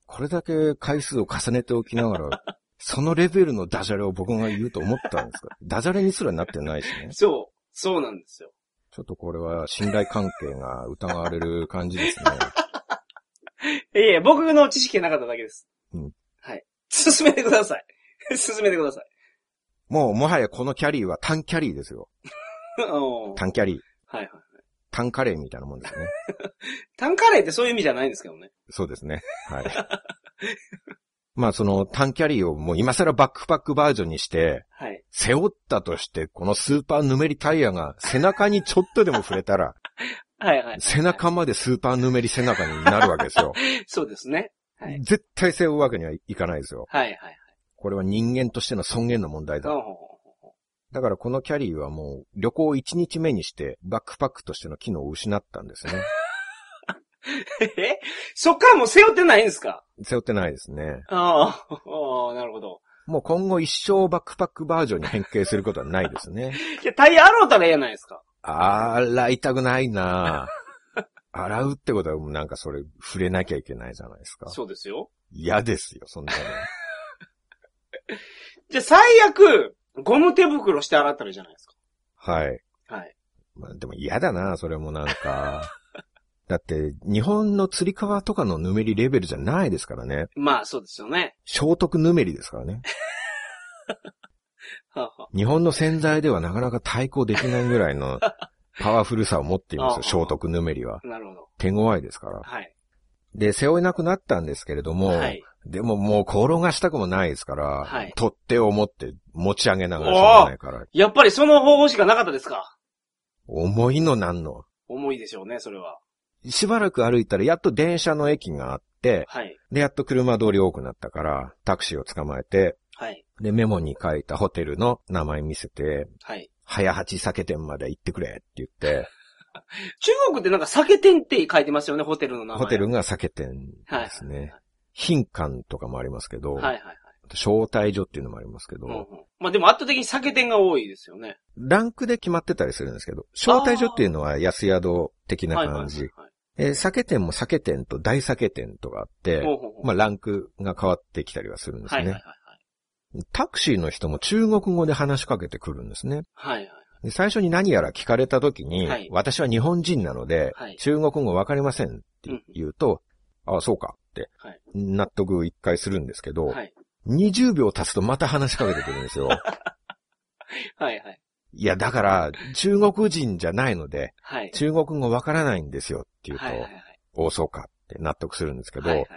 Speaker 2: これだけ回数を重ねておきながら、そのレベルのダジャレを僕が言うと思ったんですかダジャレにすらなってないしね。
Speaker 3: そう、そうなんですよ。
Speaker 2: ちょっとこれは信頼関係が疑われる感じですね。
Speaker 3: いえいえ、僕の知識がなかっただけです。
Speaker 2: うん
Speaker 3: はい。進めてください。 進めてください。
Speaker 2: もう、もはやこのキャリーは単キャリーですよ。
Speaker 3: おー
Speaker 2: 単キャリー。
Speaker 3: はいはい。
Speaker 2: 単カレーみたいなもんですね。
Speaker 3: タンカレーってそういう意味じゃないんですけどね。
Speaker 2: そうですね。はい。 まあその単キャリーをもう今更バックパックバージョンにして、
Speaker 3: はい。
Speaker 2: 背負ったとして、このスーパーヌメリタイヤが背中にちょっとでも触れた ら、
Speaker 3: はいはい。
Speaker 2: 背中までスーパーヌメリ背中になるわけですよ。
Speaker 3: そうですね。 はい
Speaker 2: 絶対背負うわけにはいかないですよ。
Speaker 3: はいはい。
Speaker 2: これは人間としての尊厳の問題
Speaker 3: ほ
Speaker 2: だ。
Speaker 3: うほうほうほ
Speaker 2: だからこのキャリーはもう旅行1日目にしてバックパックとしての機能を失ったんですね。
Speaker 3: うえ そっからもう背負ってないんですか
Speaker 2: 背負ってないですね。
Speaker 3: ああ、ああなるほど。
Speaker 2: もう今後一生バックパックバージョンに変形することはないですね。
Speaker 3: いや、タイヤ洗うたらええやないですか。
Speaker 2: 洗いたくない なぁ洗うってことはもうなんかそれ触れなきゃいけないじゃないですか。
Speaker 3: そうですよ。
Speaker 2: 嫌ですよ、そんな の。
Speaker 3: じゃあ最悪、ゴム手袋して洗ったらいいじゃないです
Speaker 2: はい。
Speaker 3: か。はい。
Speaker 2: まあでも嫌だなぁそれもなんか。だって、日本の釣り革とかのぬめりレベルじゃないですからね。
Speaker 3: まあ、そうですよね。
Speaker 2: 聖徳ぬめりですからね。
Speaker 3: はあは
Speaker 2: 日本の洗剤ではなかなか対抗できないぐらいの パワフルさを持っていますよ、聖徳ぬめりは。
Speaker 3: あなるほど。
Speaker 2: 手強いですから。
Speaker 3: はい。
Speaker 2: で、背負えなくなったんですけれども、
Speaker 3: はい。
Speaker 2: でももう転がしたくもないですから、
Speaker 3: はい
Speaker 2: 取っ手を持って持ち上げながらしょうがないから、
Speaker 3: やっぱりその方法しかなかったですか
Speaker 2: 重いのなんの。
Speaker 3: 重いでしょうね、それは。
Speaker 2: しばらく歩いたらやっと電車の駅があって、
Speaker 3: はい。
Speaker 2: で、やっと車通り多くなったから、タクシーを捕まえて、
Speaker 3: はい。
Speaker 2: で、メモに書いたホテルの名前見せて、
Speaker 3: はい。
Speaker 2: 早八酒店まで行ってくれって言って、
Speaker 3: 中国ってなんか酒店って書いてますよね、ホテルの名前。
Speaker 2: ホテルが酒店です
Speaker 3: はい
Speaker 2: ね。品館とかもありますけど、
Speaker 3: はいはいはい。
Speaker 2: 招待所っていうのもありますけど、
Speaker 3: うんうん、まあでも圧倒的に酒店が多いですよね。
Speaker 2: ランクで決まってたりするんですけど、招待所っていうのは安宿的な
Speaker 3: はいはいは
Speaker 2: 感
Speaker 3: い
Speaker 2: じ。えー酒店も酒店と大酒店とかあって、
Speaker 3: ほうほうほう
Speaker 2: まあランクが変わってきたりはするんです
Speaker 3: は
Speaker 2: ね。
Speaker 3: いはいはい
Speaker 2: タクシーの人も中国語で話しかけてくるんですね。
Speaker 3: はい。はいはい。
Speaker 2: で最初に何やら聞かれた時に、
Speaker 3: はい
Speaker 2: 私は日本人なので、
Speaker 3: はい
Speaker 2: 中国語わかりませんって言うと、ああ、そうかって
Speaker 3: はい、
Speaker 2: 納得一回するんですけど、
Speaker 3: はい。
Speaker 2: 20秒経つとまた話しかけてくるんです よ。
Speaker 3: はいはい。
Speaker 2: いや、だから、中国人じゃないので、
Speaker 3: はい。
Speaker 2: 中国語わからないんですよって言うと、
Speaker 3: はいはいはい。
Speaker 2: おそうかって納得するんですけど、
Speaker 3: はいはい。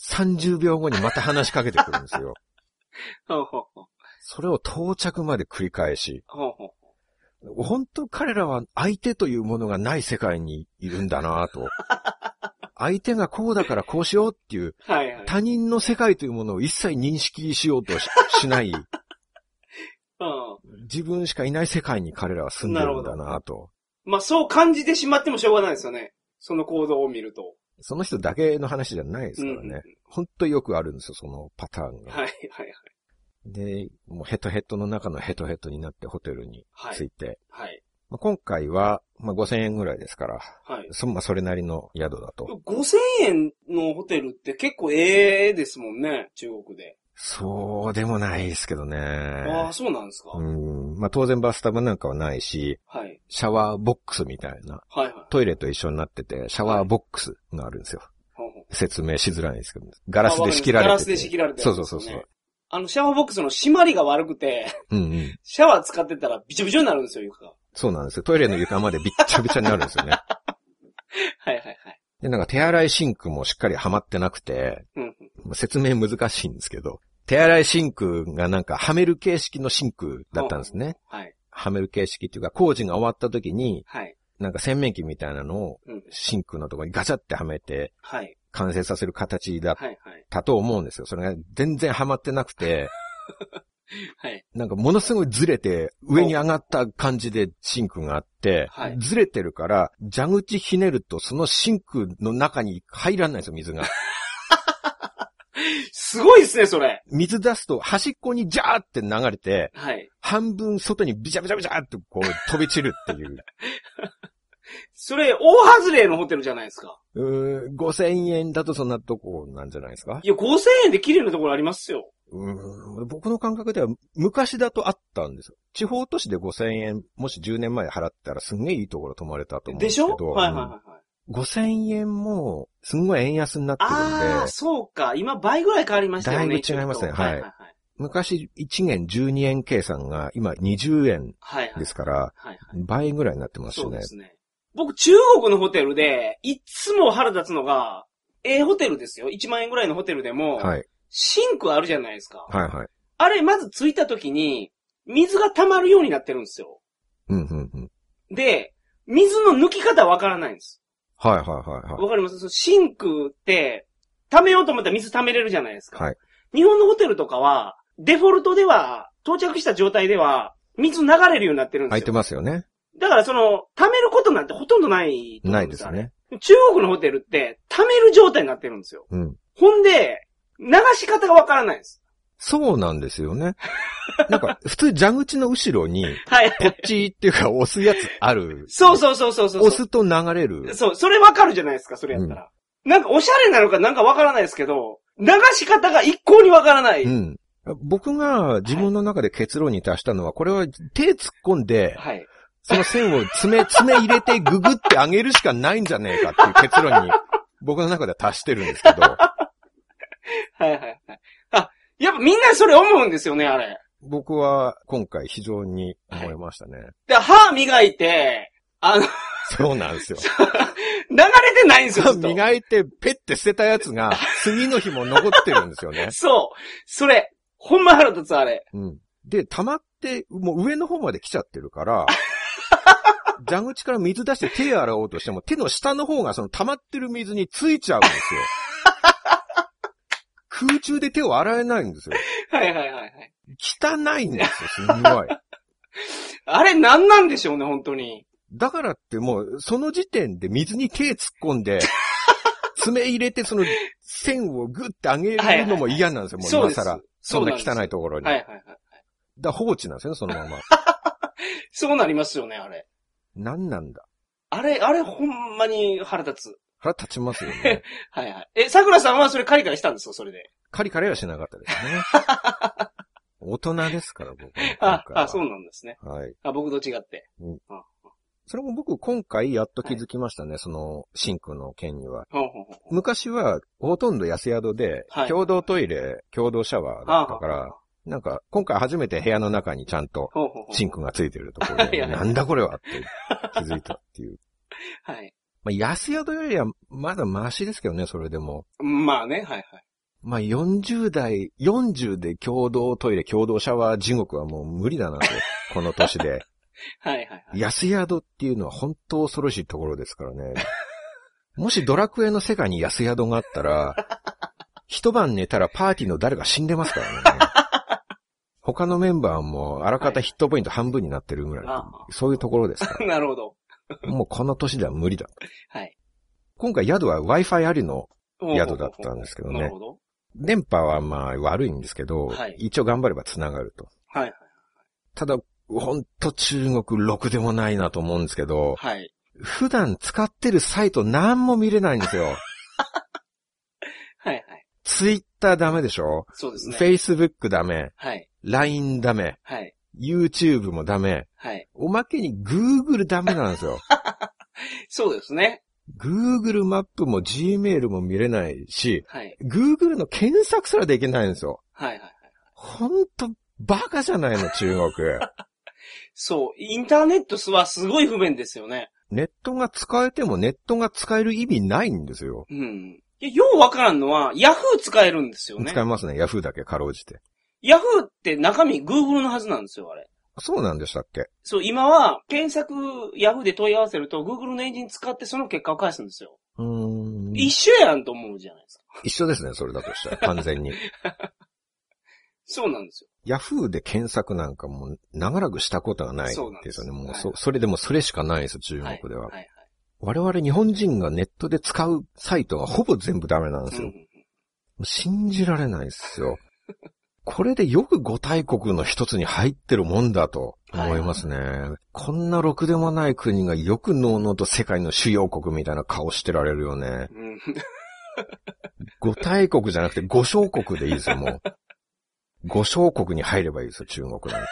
Speaker 2: 30秒後にまた話しかけてくるんですよ。
Speaker 3: ほうほうほう。
Speaker 2: それを到着まで繰り返し、
Speaker 3: ほうほうほ
Speaker 2: 本当彼らは相手というものがない世界にいるんだなぁ と。相手がこうだからこうしようっていう、
Speaker 3: う。はいはい。
Speaker 2: 他人の世界というものを一切認識しようとししない、
Speaker 3: うん。
Speaker 2: 自分しかいない世界に彼らは住んでるんだなぁと。
Speaker 3: まあそう感じてしまってもしょうがないですよね。その行動を見ると。
Speaker 2: その人だけの話じゃないですから
Speaker 3: うんうんうん
Speaker 2: ね。本当によくあるんですよ、そのパターンが。
Speaker 3: はいはいはい。
Speaker 2: で、もうヘトヘトの中のヘトヘトになってホテルに
Speaker 3: は
Speaker 2: 着
Speaker 3: い。
Speaker 2: いて、
Speaker 3: はい。
Speaker 2: まあ、今回は、まあ、5000円ぐらいですから、
Speaker 3: はい。
Speaker 2: そ、まあ、それなりの宿だと。
Speaker 3: 5000円のホテルって結構ええですもんね、中国で。
Speaker 2: そうでもないですけど
Speaker 3: あ
Speaker 2: ね
Speaker 3: あ、。そうなんですか。
Speaker 2: うん。まあ当然バスタブなんかはないし、
Speaker 3: はい。
Speaker 2: シャワーボックスみたいな、
Speaker 3: はいはい。
Speaker 2: トイレと一緒になってて、シャワーボックスがあるんですよ。
Speaker 3: ほうほう
Speaker 2: 説明しづらいんですけど、ガラスで仕切られてて。
Speaker 3: ガラスで仕切られてる
Speaker 2: そ
Speaker 3: ん
Speaker 2: う
Speaker 3: です
Speaker 2: そ
Speaker 3: よね
Speaker 2: うそうそう。
Speaker 3: あの、シャワーボックスの締まりが悪くて、
Speaker 2: うんうん。
Speaker 3: シャワー使ってたらびちょびちょになるんですよ、床が。
Speaker 2: そうなんですよ。トイレの床までびっちゃびちゃになるんですよ ね。
Speaker 3: はいはいはい。
Speaker 2: で、なんか手洗いシンクもしっかりはまってなくて、
Speaker 3: うん
Speaker 2: 説明難しいんですけど、手洗いシンクがなんかはめる形式のシンクだったんですね。
Speaker 3: はい。
Speaker 2: はめる形式っていうか、工事が終わった時に、
Speaker 3: はい。
Speaker 2: なんか洗面器みたいなのを
Speaker 3: うん。
Speaker 2: シンクのところにガチャってはめて
Speaker 3: はい。
Speaker 2: 完成させる形だっ
Speaker 3: はいはい。
Speaker 2: たと思うんですよ。それが全然はまってなくて、
Speaker 3: はい。
Speaker 2: なんかものすごいずれて、上に上がった感じでシンクがあって
Speaker 3: はい、
Speaker 2: ずれてるから、蛇口ひねるとそのシンクの中に入らないんですよ、水が。
Speaker 3: すごいですね、それ。
Speaker 2: 水出すと端っこにジャーって流れて、
Speaker 3: はい。
Speaker 2: 半分外にビチャビチャビチャってこう飛び散るっていう。
Speaker 3: それ、大外れのホテルじゃないですか。
Speaker 2: うーん、5000円だとそんなとこなんじゃないですか
Speaker 3: いや、5000円で綺麗なところありますよ。
Speaker 2: うーん、僕の感覚では昔だとあったんですよ。地方都市で5000円、もし10年前払ったらすんげえいいところ泊まれたと思うんで
Speaker 3: ですし
Speaker 2: け
Speaker 3: ょ
Speaker 2: ど。
Speaker 3: はいはいはいはい。
Speaker 2: 5000円も、すんごい円安になってる
Speaker 3: あ
Speaker 2: ん
Speaker 3: あ、
Speaker 2: で、
Speaker 3: そうか。今倍ぐらい変わりましたよね。
Speaker 2: だいぶ違いますね
Speaker 3: ちょっと
Speaker 2: はい昔1元12円計算が今20円
Speaker 3: はいはい。
Speaker 2: ですから、
Speaker 3: はいはい。
Speaker 2: 倍ぐらいになってます
Speaker 3: そ
Speaker 2: よ
Speaker 3: う
Speaker 2: ね
Speaker 3: で。すね。僕、中国のホテルで、いつも腹立つのが、ええホテルですよ。1万円ぐらいのホテルでも、
Speaker 2: はい、
Speaker 3: シンクあるじゃないですか。
Speaker 2: はい、はい。
Speaker 3: あれ、まず着いた時に、水が溜まるようになってるんですよ。
Speaker 2: うん、うん、うん。
Speaker 3: で、水の抜き方わからないんです。
Speaker 2: はい、はい、はい、はい。
Speaker 3: わかりますそのシンクって、溜めようと思ったら水溜めれるじゃないですか。
Speaker 2: はい。
Speaker 3: 日本のホテルとかは、デフォルトでは、到着した状態では、水流れるようになってるんで
Speaker 2: 空
Speaker 3: すよ。
Speaker 2: いてますよね。
Speaker 3: だからその、溜めることなんてほとんどないと思
Speaker 2: な
Speaker 3: う
Speaker 2: い
Speaker 3: ん
Speaker 2: です
Speaker 3: よ。
Speaker 2: ね。
Speaker 3: 中国のホテルって、溜める状態になってるんですよ。
Speaker 2: うん。
Speaker 3: ほんで、流し方がわからないです。
Speaker 2: そうなんですよ ね。なんか、普通蛇口の後ろに、
Speaker 3: はい。
Speaker 2: ポッチっていうか押すやつある。
Speaker 3: そうそうそうそうそう。
Speaker 2: 押すと流れる。
Speaker 3: そう、それわかるじゃないですか、それやったら。なんかおしゃれなのかなんかわからないですけど、流し方が一向にわからない。
Speaker 2: うん。僕が自分の中で結論に達したのは、これは手突っ込んで、
Speaker 3: はい。
Speaker 2: その線を 爪、爪入れてググってあげるしかないんじゃねえかっていう結論に、僕の中では達してるんですけど、
Speaker 3: はいはいはい。あ、やっぱみんなそれ思うんですよね、あれ。
Speaker 2: 僕は今回非常に思いましたね。
Speaker 3: で、歯磨いて、あの、
Speaker 2: そうなんですよ。
Speaker 3: 流れてないんですよ、ずっと
Speaker 2: 磨いて、ペッて捨てたやつ が、次の日も残ってるんですよね。
Speaker 3: そう。それ、ほんま腹立つ、あれ。
Speaker 2: うん。で、溜まって、もう上の方まで来ちゃってる から、蛇口から水出して手洗おうとしても、手の下の方がその溜まってる水についちゃうんです よ。空中で手を洗えないんですよ。
Speaker 3: はいはいはいはい。
Speaker 2: 汚いんですよ、すんごい。
Speaker 3: あれなんなんでしょうね、本当に。
Speaker 2: だからってもう、その時点で水に手突っ込ん で、爪入れてその線をグッて上げるのも嫌なんですよ、もう
Speaker 3: そう
Speaker 2: 今
Speaker 3: です
Speaker 2: 更。。そ
Speaker 3: そうんな
Speaker 2: なん
Speaker 3: です
Speaker 2: 汚いところに。
Speaker 3: はい
Speaker 2: だ
Speaker 3: は
Speaker 2: か
Speaker 3: いはい。
Speaker 2: ら放置なんですよね、そのま ま。
Speaker 3: そうなりますよね、あれ。
Speaker 2: なんなんだ。
Speaker 3: あれ、あれほんまに腹立つ。
Speaker 2: 腹立ちますよね。
Speaker 3: はいはい。え、桜さんはそれカリカリしたんですよ、それで。
Speaker 2: カリカリはしなかったですね。 大人ですから、僕は
Speaker 3: あ
Speaker 2: 今回、は。
Speaker 3: あ、そうなんですね。
Speaker 2: はい。
Speaker 3: あ、僕と違って。
Speaker 2: それも僕、今回やっと気づきましたね、その、シンクの件には。
Speaker 3: ほんほんほんほん
Speaker 2: 昔は、ほとんど安宿で、
Speaker 3: はい
Speaker 2: 共同トイレ、共同シャワーだ
Speaker 3: あ
Speaker 2: ったか
Speaker 3: は
Speaker 2: ら、なんか、今回初めて部屋の中にちゃんと、
Speaker 3: ほんほんほん
Speaker 2: シンクがついてるところ
Speaker 3: い
Speaker 2: で、
Speaker 3: や
Speaker 2: なんだこれはって気づいたっていう。
Speaker 3: はい。
Speaker 2: まあ、安宿よりは、まだマシですけどね、それでも。
Speaker 3: まあね、はいはい。
Speaker 2: まあ、40代、40で共同トイレ、共同シャワー地獄はもう無理だ なと、この年で。
Speaker 3: はいはいはい。
Speaker 2: 安宿っていうのは本当恐ろしいところですからね。もしドラクエの世界に安宿があった ら、一晩寝たらパーティーの誰か死んでますからね。他のメンバーもあらかたヒットポイント半分になってるぐらい、
Speaker 3: あ
Speaker 2: そういうところですか
Speaker 3: なるほど。
Speaker 2: ら。もうこの年では無理だ。
Speaker 3: はい。
Speaker 2: 今回宿は Wi-Fi ありの、
Speaker 3: ほんほんほんほん
Speaker 2: 宿だったんですけどね
Speaker 3: なるほど。
Speaker 2: 電波はまあ悪いんですけど、
Speaker 3: はい
Speaker 2: 一応頑張れば繋がると。
Speaker 3: はいはい。
Speaker 2: ただ、ほんと中国ろくでもないなと思うんですけど、
Speaker 3: はい。
Speaker 2: 普段使 ってるサイト何も見れないんですよ。
Speaker 3: はいはい。
Speaker 2: ツイッ Twitter ダメでしょ
Speaker 3: そうですね。
Speaker 2: ?Facebook ダメ。
Speaker 3: はい。
Speaker 2: LINE ダメ。
Speaker 3: はい。
Speaker 2: YouTube もダメ。
Speaker 3: はい。
Speaker 2: おまけに Google ダメなんです よ。
Speaker 3: そうですね。
Speaker 2: Google マップも Gmail も見れないし、
Speaker 3: はい。
Speaker 2: Google の検索すらできないんですよ。
Speaker 3: はいはいはい。
Speaker 2: ほんと、バカじゃないの、 中国。
Speaker 3: そう。インターネットはすごい不便ですよね。
Speaker 2: ネットが使えてもネットが使える意味ないんですよ。
Speaker 3: うん。いや、ようわからんのは、ヤフー使えるんですよね
Speaker 2: 使。えますね、ヤフーだけかろうじて。
Speaker 3: ヤフーって中身 Google のはずなんですよ、あれ。
Speaker 2: そうなんでしたっけ
Speaker 3: そう、今は、検索、ヤフーで問い合わせると、Google のエンジン使ってその結果を返すんですよ。
Speaker 2: うーん。
Speaker 3: 一緒やんと思うじゃないですか。
Speaker 2: 一緒ですね、それだとしたら、完全に。
Speaker 3: そうなんですよ。
Speaker 2: ヤフーで検索なんかもう長らくしたことがないですよね。
Speaker 3: そうなん
Speaker 2: もう
Speaker 3: です
Speaker 2: そ、
Speaker 3: は
Speaker 2: それでもそれしかないです、中国では。
Speaker 3: はいはい
Speaker 2: 我々日本人がネットで使うサイトがほぼ全部ダメなんで
Speaker 3: はい。
Speaker 2: す
Speaker 3: うんう
Speaker 2: よ。
Speaker 3: んうん
Speaker 2: もう信じられないですよ。 これでよく五大国の一つに入ってるもんだと思いますね。こんなろくでもない国がよくのうのうと世界の主要国みたいな顔してられるよね。
Speaker 3: うん
Speaker 2: 五大国じゃなくて五小国でいいですよ、もう。五小国に入ればいいですよ、中国なんて。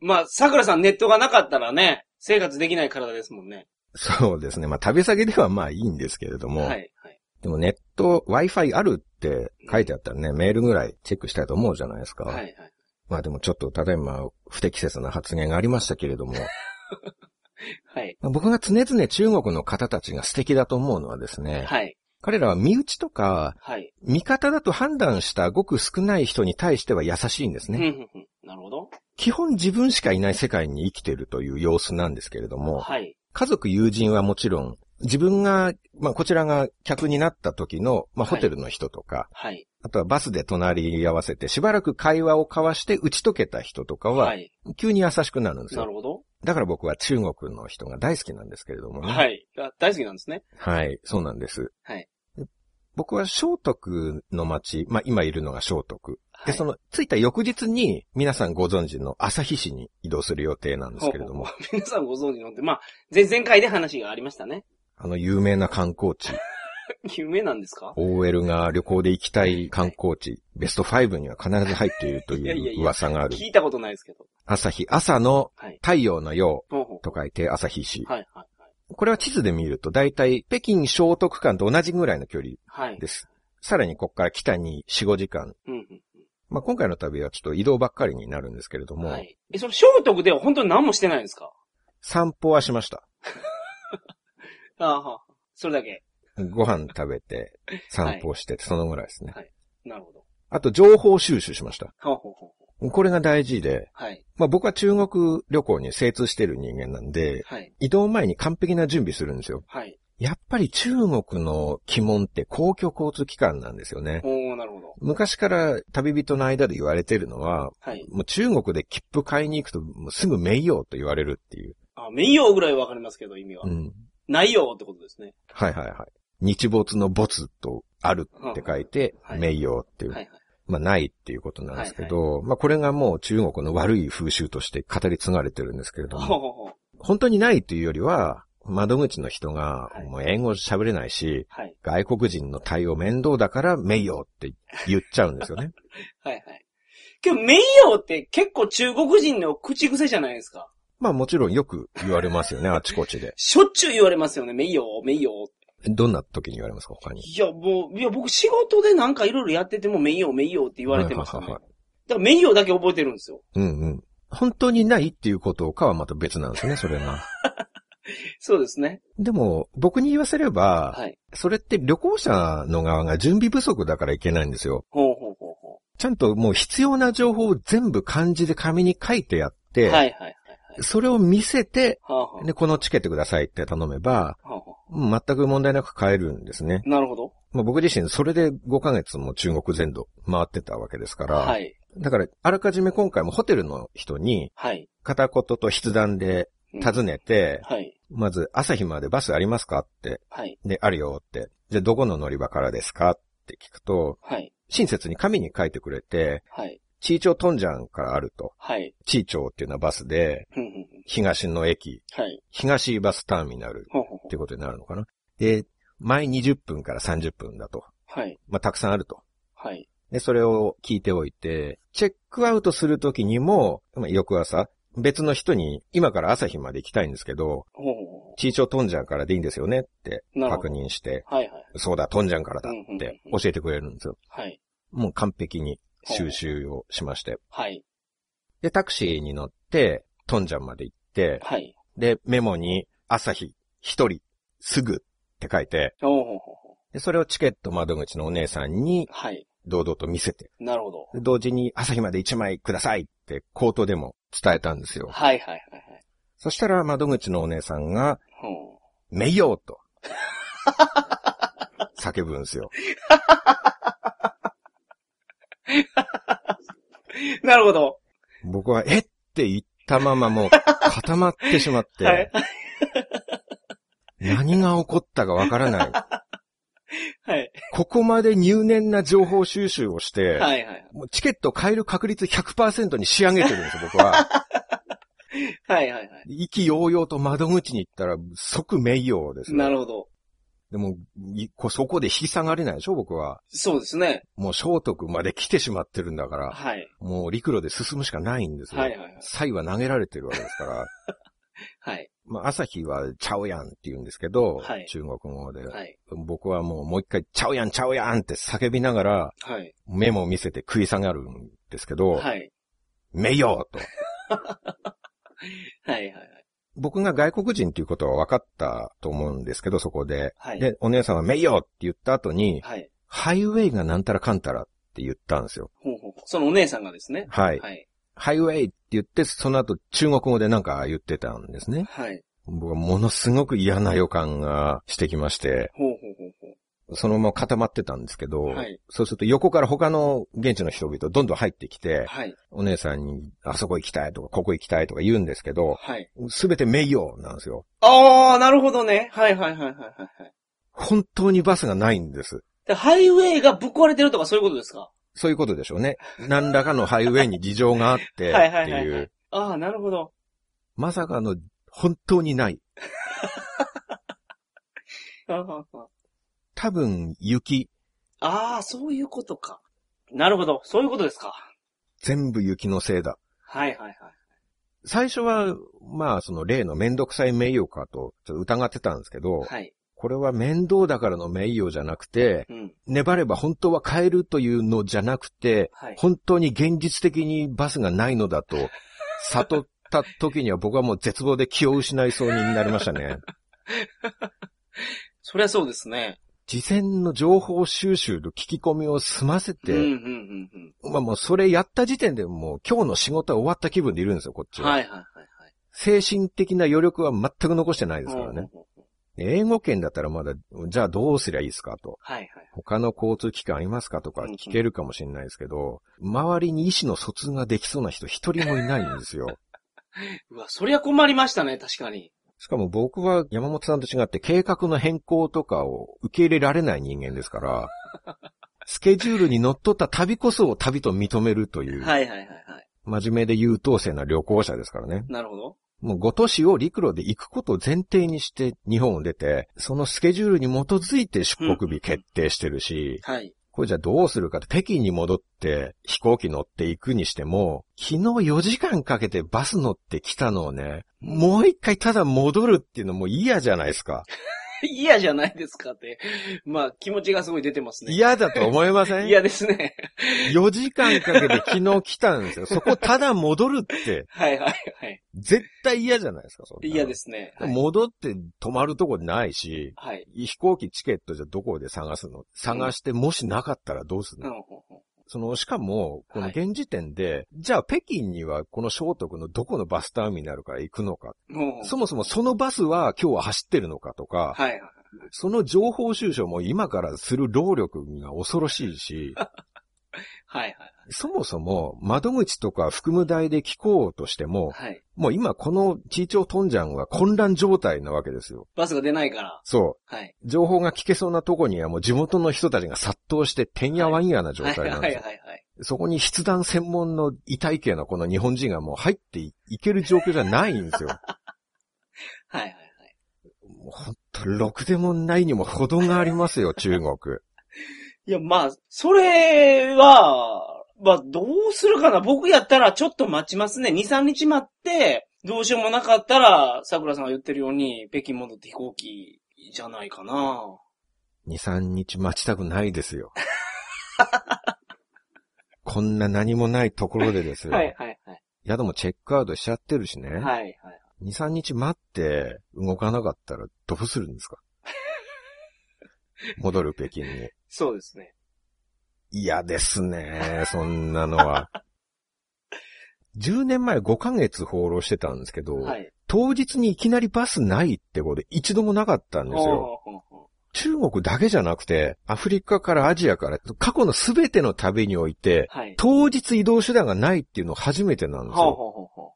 Speaker 3: まあ、桜さんネットがなかったらね、生活できない体ですもんね。
Speaker 2: そうですね。まあ、旅先ではまあいいんですけれども、
Speaker 3: はい、はい。
Speaker 2: でもネット、Wi-Fi あるって書いてあったらね、メールぐらいチェックしたいと思うじゃないですか。
Speaker 3: はい、はい。
Speaker 2: まあでもちょっと、例えば不適切な発言がありましたけれども、
Speaker 3: はい。
Speaker 2: まあ僕が常々中国の方たちが素敵だと思うのはですね、
Speaker 3: はい、
Speaker 2: 彼らは身内とか、
Speaker 3: はい。
Speaker 2: 味方だと判断したごく少ない人に対しては優しいんです
Speaker 3: うん
Speaker 2: ね。
Speaker 3: うんうんなるほど。
Speaker 2: 基本自分しかいない世界に生きてるという様子なんですけれども、
Speaker 3: はい、
Speaker 2: 家族、友人はもちろん、自分が、まあ、こちらが客になった時の、まあ、ホ
Speaker 3: はい
Speaker 2: テルの人とか、
Speaker 3: はい、
Speaker 2: あとはバスで隣り合わせて、しばらく会話を交わして打ち解けた人とか
Speaker 3: は
Speaker 2: は、
Speaker 3: い。
Speaker 2: 急に優しくなるんです
Speaker 3: な
Speaker 2: よ。
Speaker 3: るほど。
Speaker 2: だから僕は中国の人が大好きなんですけれどもね。。
Speaker 3: はいい。あ大好きなんですね。
Speaker 2: はい、そうなんです。
Speaker 3: はい
Speaker 2: で。僕は聖徳の町、まあ、今いるのが聖徳。
Speaker 3: は
Speaker 2: で、
Speaker 3: い
Speaker 2: その、着いた翌日に、皆さんご存知の旭市に移動する予定なんですけれども、
Speaker 3: 皆さんご存知のって、まあ、前々回で話がありましたね。
Speaker 2: あの有名な観光地、
Speaker 3: 有名なんですか
Speaker 2: OL が旅行で行きたい観光地、ベスト5には必ず入っていると
Speaker 3: いやいやい
Speaker 2: いう
Speaker 3: や
Speaker 2: 噂がある。
Speaker 3: 聞いたことないですけど。
Speaker 2: 朝日、朝の
Speaker 3: はい。
Speaker 2: 太陽のよ
Speaker 3: ほうほ
Speaker 2: うと書いて朝日市
Speaker 3: う。。はい、はい、
Speaker 2: これは地図で見ると大体北京聖徳間と同じぐらいの距離
Speaker 3: はい。はい。
Speaker 2: です。さらにここから北に4、5時間。
Speaker 3: うんうん
Speaker 2: まあ、今回の旅はちょっと移動ばっかりになるんですけれど
Speaker 3: うん。
Speaker 2: も、
Speaker 3: はい。え、それ、聖徳では本当に何もしてないんですか
Speaker 2: 散歩はしました。
Speaker 3: ああ、はあそれだけ。
Speaker 2: ご飯食べて、散歩して、そのぐらいですね。
Speaker 3: なるほど。
Speaker 2: あと情報収集しました。
Speaker 3: ほうほうほうほう。
Speaker 2: これが大事で、
Speaker 3: はい、
Speaker 2: まあ、僕は中国旅行に精通してる人間なんで、
Speaker 3: はい、
Speaker 2: 移動前に完璧な準備するんですよ。
Speaker 3: はい。
Speaker 2: やっぱり中国の鬼門って公共交通機関なんですよね。
Speaker 3: おー、なるほど。
Speaker 2: 昔から旅人の間で言われてるのは、
Speaker 3: はい。
Speaker 2: もう中国で切符買いに行くともうすぐ名誉と言われるっていう。
Speaker 3: あ、名誉ぐらいわかりますけど、意味は
Speaker 2: う。ん。
Speaker 3: 内容ってことですね。
Speaker 2: はいはいはい。日没の没とあるって書いて、
Speaker 3: うんは
Speaker 2: 名
Speaker 3: い
Speaker 2: 誉っていう。
Speaker 3: はいはい。
Speaker 2: まあないっていうことなんですけど、まあこれがもう中国の悪い風習として語り継がれてるんですけれど
Speaker 3: ほ
Speaker 2: も、
Speaker 3: うほうほう。
Speaker 2: 本当にないというよりは、窓口の人が
Speaker 3: はい
Speaker 2: もう英語喋れないし、
Speaker 3: はい。
Speaker 2: 外国人の対応面倒だから名誉って言っちゃうんですよ ね。
Speaker 3: はいはい。けど、名誉って結構中国人の口癖じゃないですか。
Speaker 2: まあもちろんよく言われますよね、あちこちで。
Speaker 3: しょっちゅう言われますよね、名誉、名誉。
Speaker 2: どんな時に言われますか、他に。
Speaker 3: いや、もう、いや、僕仕事でなんかいろいろやってても名誉、名誉って言われてますよね。
Speaker 2: はい
Speaker 3: だ
Speaker 2: は
Speaker 3: から名誉だけ覚えてるんですよ。
Speaker 2: うんうん。本当にないっていうことかはまた別なんですね、それが。
Speaker 3: そうですね。
Speaker 2: でも、僕に言わせれば、
Speaker 3: はい。
Speaker 2: それって旅行者の側が準備不足だからいけないんですよ。
Speaker 3: ほうほうほうほ
Speaker 2: ちゃんともう必要な情報を全部漢字で紙に書いてやっ
Speaker 3: う。
Speaker 2: て、
Speaker 3: はいはいはい。
Speaker 2: それを見せて、
Speaker 3: はあ、は
Speaker 2: で、このチケットくださいって頼めば、
Speaker 3: あ、はあは
Speaker 2: うん全く問題なく買えるんですね。
Speaker 3: あ、なるほど。
Speaker 2: まあ、僕自身それで5ヶ月も中国全土回ってたわけですから、
Speaker 3: はい。
Speaker 2: だからあらかじめ今回もホテルの人に
Speaker 3: はい。
Speaker 2: 片言と筆談で
Speaker 3: うん
Speaker 2: 尋ねて、
Speaker 3: はい。
Speaker 2: まず朝日までバスありますかって、
Speaker 3: はい。
Speaker 2: で、あるよって、じゃあどこの乗り場からですかって聞くと、
Speaker 3: はい。
Speaker 2: 親切に紙に書いてくれて、
Speaker 3: はい。
Speaker 2: チーチョートンジャンからあると。
Speaker 3: はい。
Speaker 2: チーチョーっていうのはバスで、
Speaker 3: ふんふんふん
Speaker 2: 東の駅、
Speaker 3: はい。
Speaker 2: 東バスターミナル
Speaker 3: ほうほうほ
Speaker 2: っ
Speaker 3: う
Speaker 2: てことになるのかな。で、前20分から30分だと。
Speaker 3: はい。
Speaker 2: まあ、たくさんあると。
Speaker 3: はい。
Speaker 2: で、それを聞いておいて、チェックアウトするときにも、まあ翌朝、別の人に、今から朝日まで行きたいんですけど、
Speaker 3: ほうほうほ
Speaker 2: チーチョトンジャンからでいいんですよねって
Speaker 3: う。なるほ
Speaker 2: 確
Speaker 3: ど。
Speaker 2: 認して、
Speaker 3: はいはい。
Speaker 2: そうだ、トンジャンからだ
Speaker 3: うんうんう
Speaker 2: っ
Speaker 3: ん
Speaker 2: て教えてくれるんですよ。
Speaker 3: はい。
Speaker 2: もう完璧に収集をしまして。
Speaker 3: はい。
Speaker 2: で、タクシーに乗って、トンジャンまで行って、
Speaker 3: はい。
Speaker 2: で、メモに、朝日、一人、すぐって書いて、
Speaker 3: ほうほうほうほう。
Speaker 2: で、それをチケット窓口のお姉さんに
Speaker 3: はい。
Speaker 2: 堂々と見せて、
Speaker 3: なるほど。
Speaker 2: で同時に朝日まで一枚くださいって口頭でも伝えたんですよ。
Speaker 3: はいはいはいはい。
Speaker 2: そしたら窓口のお姉さんが、
Speaker 3: ほ
Speaker 2: めよ うと。叫ぶんですよ。
Speaker 3: うなるほど。
Speaker 2: 僕は、えって言ったままもう固まってしまって、
Speaker 3: はい。
Speaker 2: 何が起こったかわからない。
Speaker 3: はい。
Speaker 2: ここまで入念な情報収集をして、
Speaker 3: はいはい。
Speaker 2: もうチケットを買える確率100%に仕上げてるんですよ、僕 は。
Speaker 3: はいはいはい。
Speaker 2: 意気揚々と窓口に行ったら即名誉ですね。
Speaker 3: なるほど。
Speaker 2: でも、いこそこで引き下がれないでしょ、僕は。
Speaker 3: そうですね。
Speaker 2: もう聖徳まで来てしまってるんだから、
Speaker 3: はい。
Speaker 2: もう陸路で進むしかないんですよ。
Speaker 3: はいはいはい。
Speaker 2: 才は投げられてるわけですから。
Speaker 3: はい。
Speaker 2: まあ、朝日は、ちゃうやんって言うんですけど、
Speaker 3: はい
Speaker 2: 中国語で。
Speaker 3: はい。
Speaker 2: 僕はもう、もう一回、ちゃうやん、ちゃうやんって叫びながら、
Speaker 3: はい。
Speaker 2: メモを見せて食い下がるんですけど、
Speaker 3: はい。
Speaker 2: めようと。
Speaker 3: はいはいはい。
Speaker 2: 僕が外国人っていうことは分かったと思うんですけど、そこで。
Speaker 3: はい。
Speaker 2: で、お姉さんはめようって言った後に、
Speaker 3: はい。
Speaker 2: ハイウェイがなんたらかんたらって言ったんですよ。
Speaker 3: ほうほう。そのお姉さんがですね。
Speaker 2: はい。
Speaker 3: はい。
Speaker 2: ハイウェイって言って、その後中国語でなんか言ってたんですね。
Speaker 3: はい。
Speaker 2: 僕はものすごく嫌な予感がしてきまして、
Speaker 3: ほうほうほうほ
Speaker 2: そのまま固まってたんですけど、
Speaker 3: う。はい。
Speaker 2: そうすると横から他の現地の人々どんどん入ってきて、
Speaker 3: はい。
Speaker 2: お姉さんにあそこ行きたいとかここ行きたいとか言うんですけど、
Speaker 3: はい。
Speaker 2: すべて名誉なんですよ。
Speaker 3: ああ、なるほどね。はいはいはいはいはいはい。
Speaker 2: 本当にバスがないんです。
Speaker 3: でハイウェイがぶっ壊れてるとかそういうことですか
Speaker 2: そういうことでしょうね。何らかのハイウェイに事情があってっていう。
Speaker 3: はいはいはいはいああ、なるほど。
Speaker 2: まさかの本当にない。
Speaker 3: あー
Speaker 2: 多分雪、
Speaker 3: あー、そういうことか。なるほど。そういうことですか。
Speaker 2: 全部雪のせいだ。
Speaker 3: はいはいはい。
Speaker 2: 最初は、まあその例のめんどくさい名誉かとちょっと疑ってたんですけど、
Speaker 3: はい。
Speaker 2: これは面倒だからの名誉じゃなくて、
Speaker 3: うん。
Speaker 2: 粘れば本当は変えるというのじゃなくて、
Speaker 3: はい。
Speaker 2: 本当に現実的にバスがないの だと、悟った時には僕はもう絶望で気を失いそうになりました ね。
Speaker 3: そりゃそうですね。
Speaker 2: 事前の情報収集と聞き込みを済ませ
Speaker 3: うん
Speaker 2: て、
Speaker 3: うんうんうん。
Speaker 2: まあもうそれやった時点でもう今日の仕事は終わった気分でいるんですよ、こっちは。
Speaker 3: はいはいはいはい。
Speaker 2: 精神的な余力は全く残してないですから
Speaker 3: うん
Speaker 2: ね。
Speaker 3: うんうん
Speaker 2: 英語圏だったらまだ、じゃあどうすりゃいいですかと。
Speaker 3: はいはい。
Speaker 2: 他の交通機関ありますかとか聞けるかもしれないですけど、周りに意思の疎通ができそうな人一人もいないんですよ。
Speaker 3: うわ、そりゃ困りましたね、確かに。
Speaker 2: しかも僕は山本さんと違って計画の変更とかを受け入れられない人間ですから、スケジュールに乗っ取った旅こそを旅と認めるという、
Speaker 3: はいはいはいはい。
Speaker 2: 真面目で優等生な旅行者ですからね。
Speaker 3: なるほど。
Speaker 2: もう5都市を陸路で行くことを前提にして日本を出て、そのスケジュールに基づいて出国日決定してるし、
Speaker 3: はい。
Speaker 2: これじゃあどうするかって北京に戻って飛行機乗って行くにしても、昨日4時間かけてバス乗ってきたのをね、もう一回ただ戻るっていうのも嫌じゃないですか。
Speaker 3: 嫌じゃないですかって。まあ、気持ちがすごい出てますね。
Speaker 2: 嫌だと思いま せん
Speaker 3: 嫌ですね。
Speaker 2: 4時間かけて昨日来たんですよ。そこただ戻るって、
Speaker 3: はいはいはい。
Speaker 2: 絶対嫌じゃないですか、そんなの
Speaker 3: 嫌で。すね。はい。
Speaker 2: 戻って泊まるとこないし、
Speaker 3: はい。
Speaker 2: 飛行機チケットじゃどこで探すの探して、もしなかったらどうする
Speaker 3: う
Speaker 2: の、
Speaker 3: んうんうん
Speaker 2: その、しかも、この
Speaker 3: はい
Speaker 2: 現時点で、じゃあ北京にはこの聖徳のどこのバスターミナルから行くのか、
Speaker 3: もう
Speaker 2: そもそもそのバスは今日は走ってるのかとか、
Speaker 3: はいはい。
Speaker 2: その情報収集も今からする労力が恐ろしい し、
Speaker 3: はいはい。
Speaker 2: そもそも窓口とか服務台で聞こうとしても、
Speaker 3: はい。
Speaker 2: もう今このチーチョートンジャンは混乱状態なわけですよ。
Speaker 3: バスが出ないから。
Speaker 2: そ
Speaker 3: はい。
Speaker 2: う。情報が聞けそうなとこにはもう地元の人たちが殺到しててんやわんやな状
Speaker 3: はいは
Speaker 2: 態
Speaker 3: い
Speaker 2: なん
Speaker 3: は
Speaker 2: です
Speaker 3: い
Speaker 2: よ。
Speaker 3: はいはい。
Speaker 2: そこに筆談専門の異体系のこの日本人がもう入っていける状況じゃないんですよ。
Speaker 3: はいはいはい。
Speaker 2: もうほんと、ろくでもないにも程がありますよ、中国。
Speaker 3: いや、まあ、それは、まあ、どうするかな。僕やったら、ちょっと待ちますね。2、3日待って、どうしようもなかったら、桜さんが言ってるように、北京戻って飛行機じゃないかな。
Speaker 2: 2、3日待ちたくないです よ。こんな何もないところでですよ。
Speaker 3: はい、はい、はい。
Speaker 2: 宿もチェックアウトしちゃってるしね。
Speaker 3: はい、はい。
Speaker 2: 2、3日待って動かなかったらどうするん ですか戻る北京に。
Speaker 3: そうですね。
Speaker 2: 嫌ですね、そんなのは。10年前5ヶ月放浪してたんですけど、
Speaker 3: はい。
Speaker 2: 当日にいきなりバスないってことで一度もなかったんですよ。
Speaker 3: ほうほうほうほ
Speaker 2: 中国だけじゃなくて、アフリカからアジアから、過去のすべての旅において、
Speaker 3: うはい。
Speaker 2: 当日移動手段がないっていうの初めてなんです
Speaker 3: ほう
Speaker 2: よ。
Speaker 3: ほうほうほう。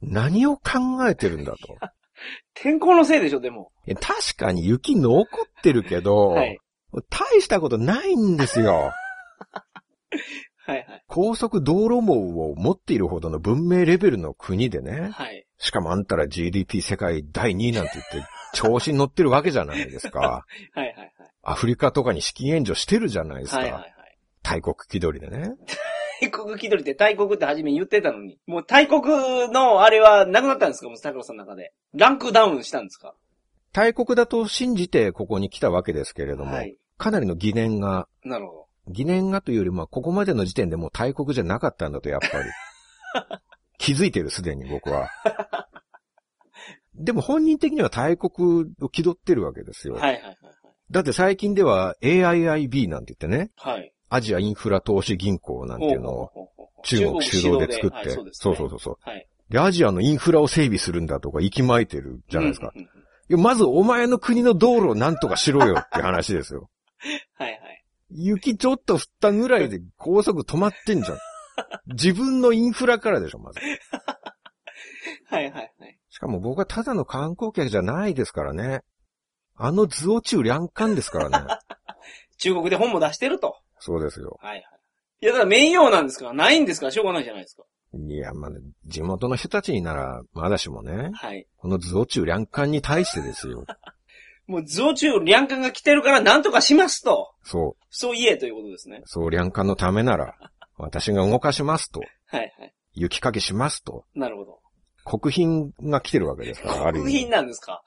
Speaker 2: 何を考えてるんだと。
Speaker 3: 天候のせいでしょ、でも。
Speaker 2: いや確かに雪残ってるけど、
Speaker 3: はい。
Speaker 2: 大したことないんですよ。
Speaker 3: はい、はい。
Speaker 2: 高速道路網を持っているほどの文明レベルの国でね。
Speaker 3: はい。
Speaker 2: しかもあんたら GDP 世界第2位なんて言って、調子に乗ってるわけじゃないです か。
Speaker 3: はい、はい、はい。
Speaker 2: アフリカとかに資金援助してるじゃないですか。
Speaker 3: はい、はい、はい。
Speaker 2: 大国気取りでね。
Speaker 3: 大国気取りって大国って初め言ってたのに。もう大国のあれはなくなったんですかもう桜さんの中で。ランクダウンしたんですか
Speaker 2: 大国だと信じてここに来たわけですけれども、
Speaker 3: はい。
Speaker 2: かなりの疑念が、
Speaker 3: なるほ
Speaker 2: 疑念がというよりも、ここまでの時点でもう大国じゃなかったんだと、やっぱり。 気づいてる、すでに僕は。でも本人的には大国を気取ってるわけですよ。
Speaker 3: ど。はいはいはい
Speaker 2: だって最近では AIIB なんて言ってね、
Speaker 3: はい。はい。
Speaker 2: アジアインフラ投資銀行なんていうのを
Speaker 3: ほうほうほうほう
Speaker 2: 中国主導で作って、
Speaker 3: はい、そ
Speaker 2: そうう
Speaker 3: です、
Speaker 2: そう
Speaker 3: ね。
Speaker 2: そう
Speaker 3: う
Speaker 2: そう
Speaker 3: はい。
Speaker 2: で、アジアのインフラを整備するんだとか、息巻いてるじゃないですか。
Speaker 3: うんうんうん
Speaker 2: いや、まずお前の国の道路をなんとかしろよって話ですよ。
Speaker 3: はいはい。
Speaker 2: 雪ちょっと降ったぐらいで高速止まって んじゃん。自分のインフラからでしょ、まず。
Speaker 3: はいはいはい。
Speaker 2: しかも僕はただの観光客じゃないですからね。あの図を中略漢です からね。
Speaker 3: 中国で本も出してると。
Speaker 2: そうですよ。
Speaker 3: はいはい。いや、だから名誉なんですからないんですからしょうがないじゃないですか。
Speaker 2: いや、まあ、地元の人たちになら、まだしもね、
Speaker 3: はい。
Speaker 2: この図を中略漢に対してですよ。
Speaker 3: もう、増中、両官が来てるから何とかしますと。
Speaker 2: そ
Speaker 3: そう言えということですね
Speaker 2: う、。そう略漢のためなら、私が動かしますと、
Speaker 3: はいはい。
Speaker 2: 雪かきしますと、
Speaker 3: なるほど。国
Speaker 2: 国賓が来てるわけですから、ある意味
Speaker 3: 賓なんですか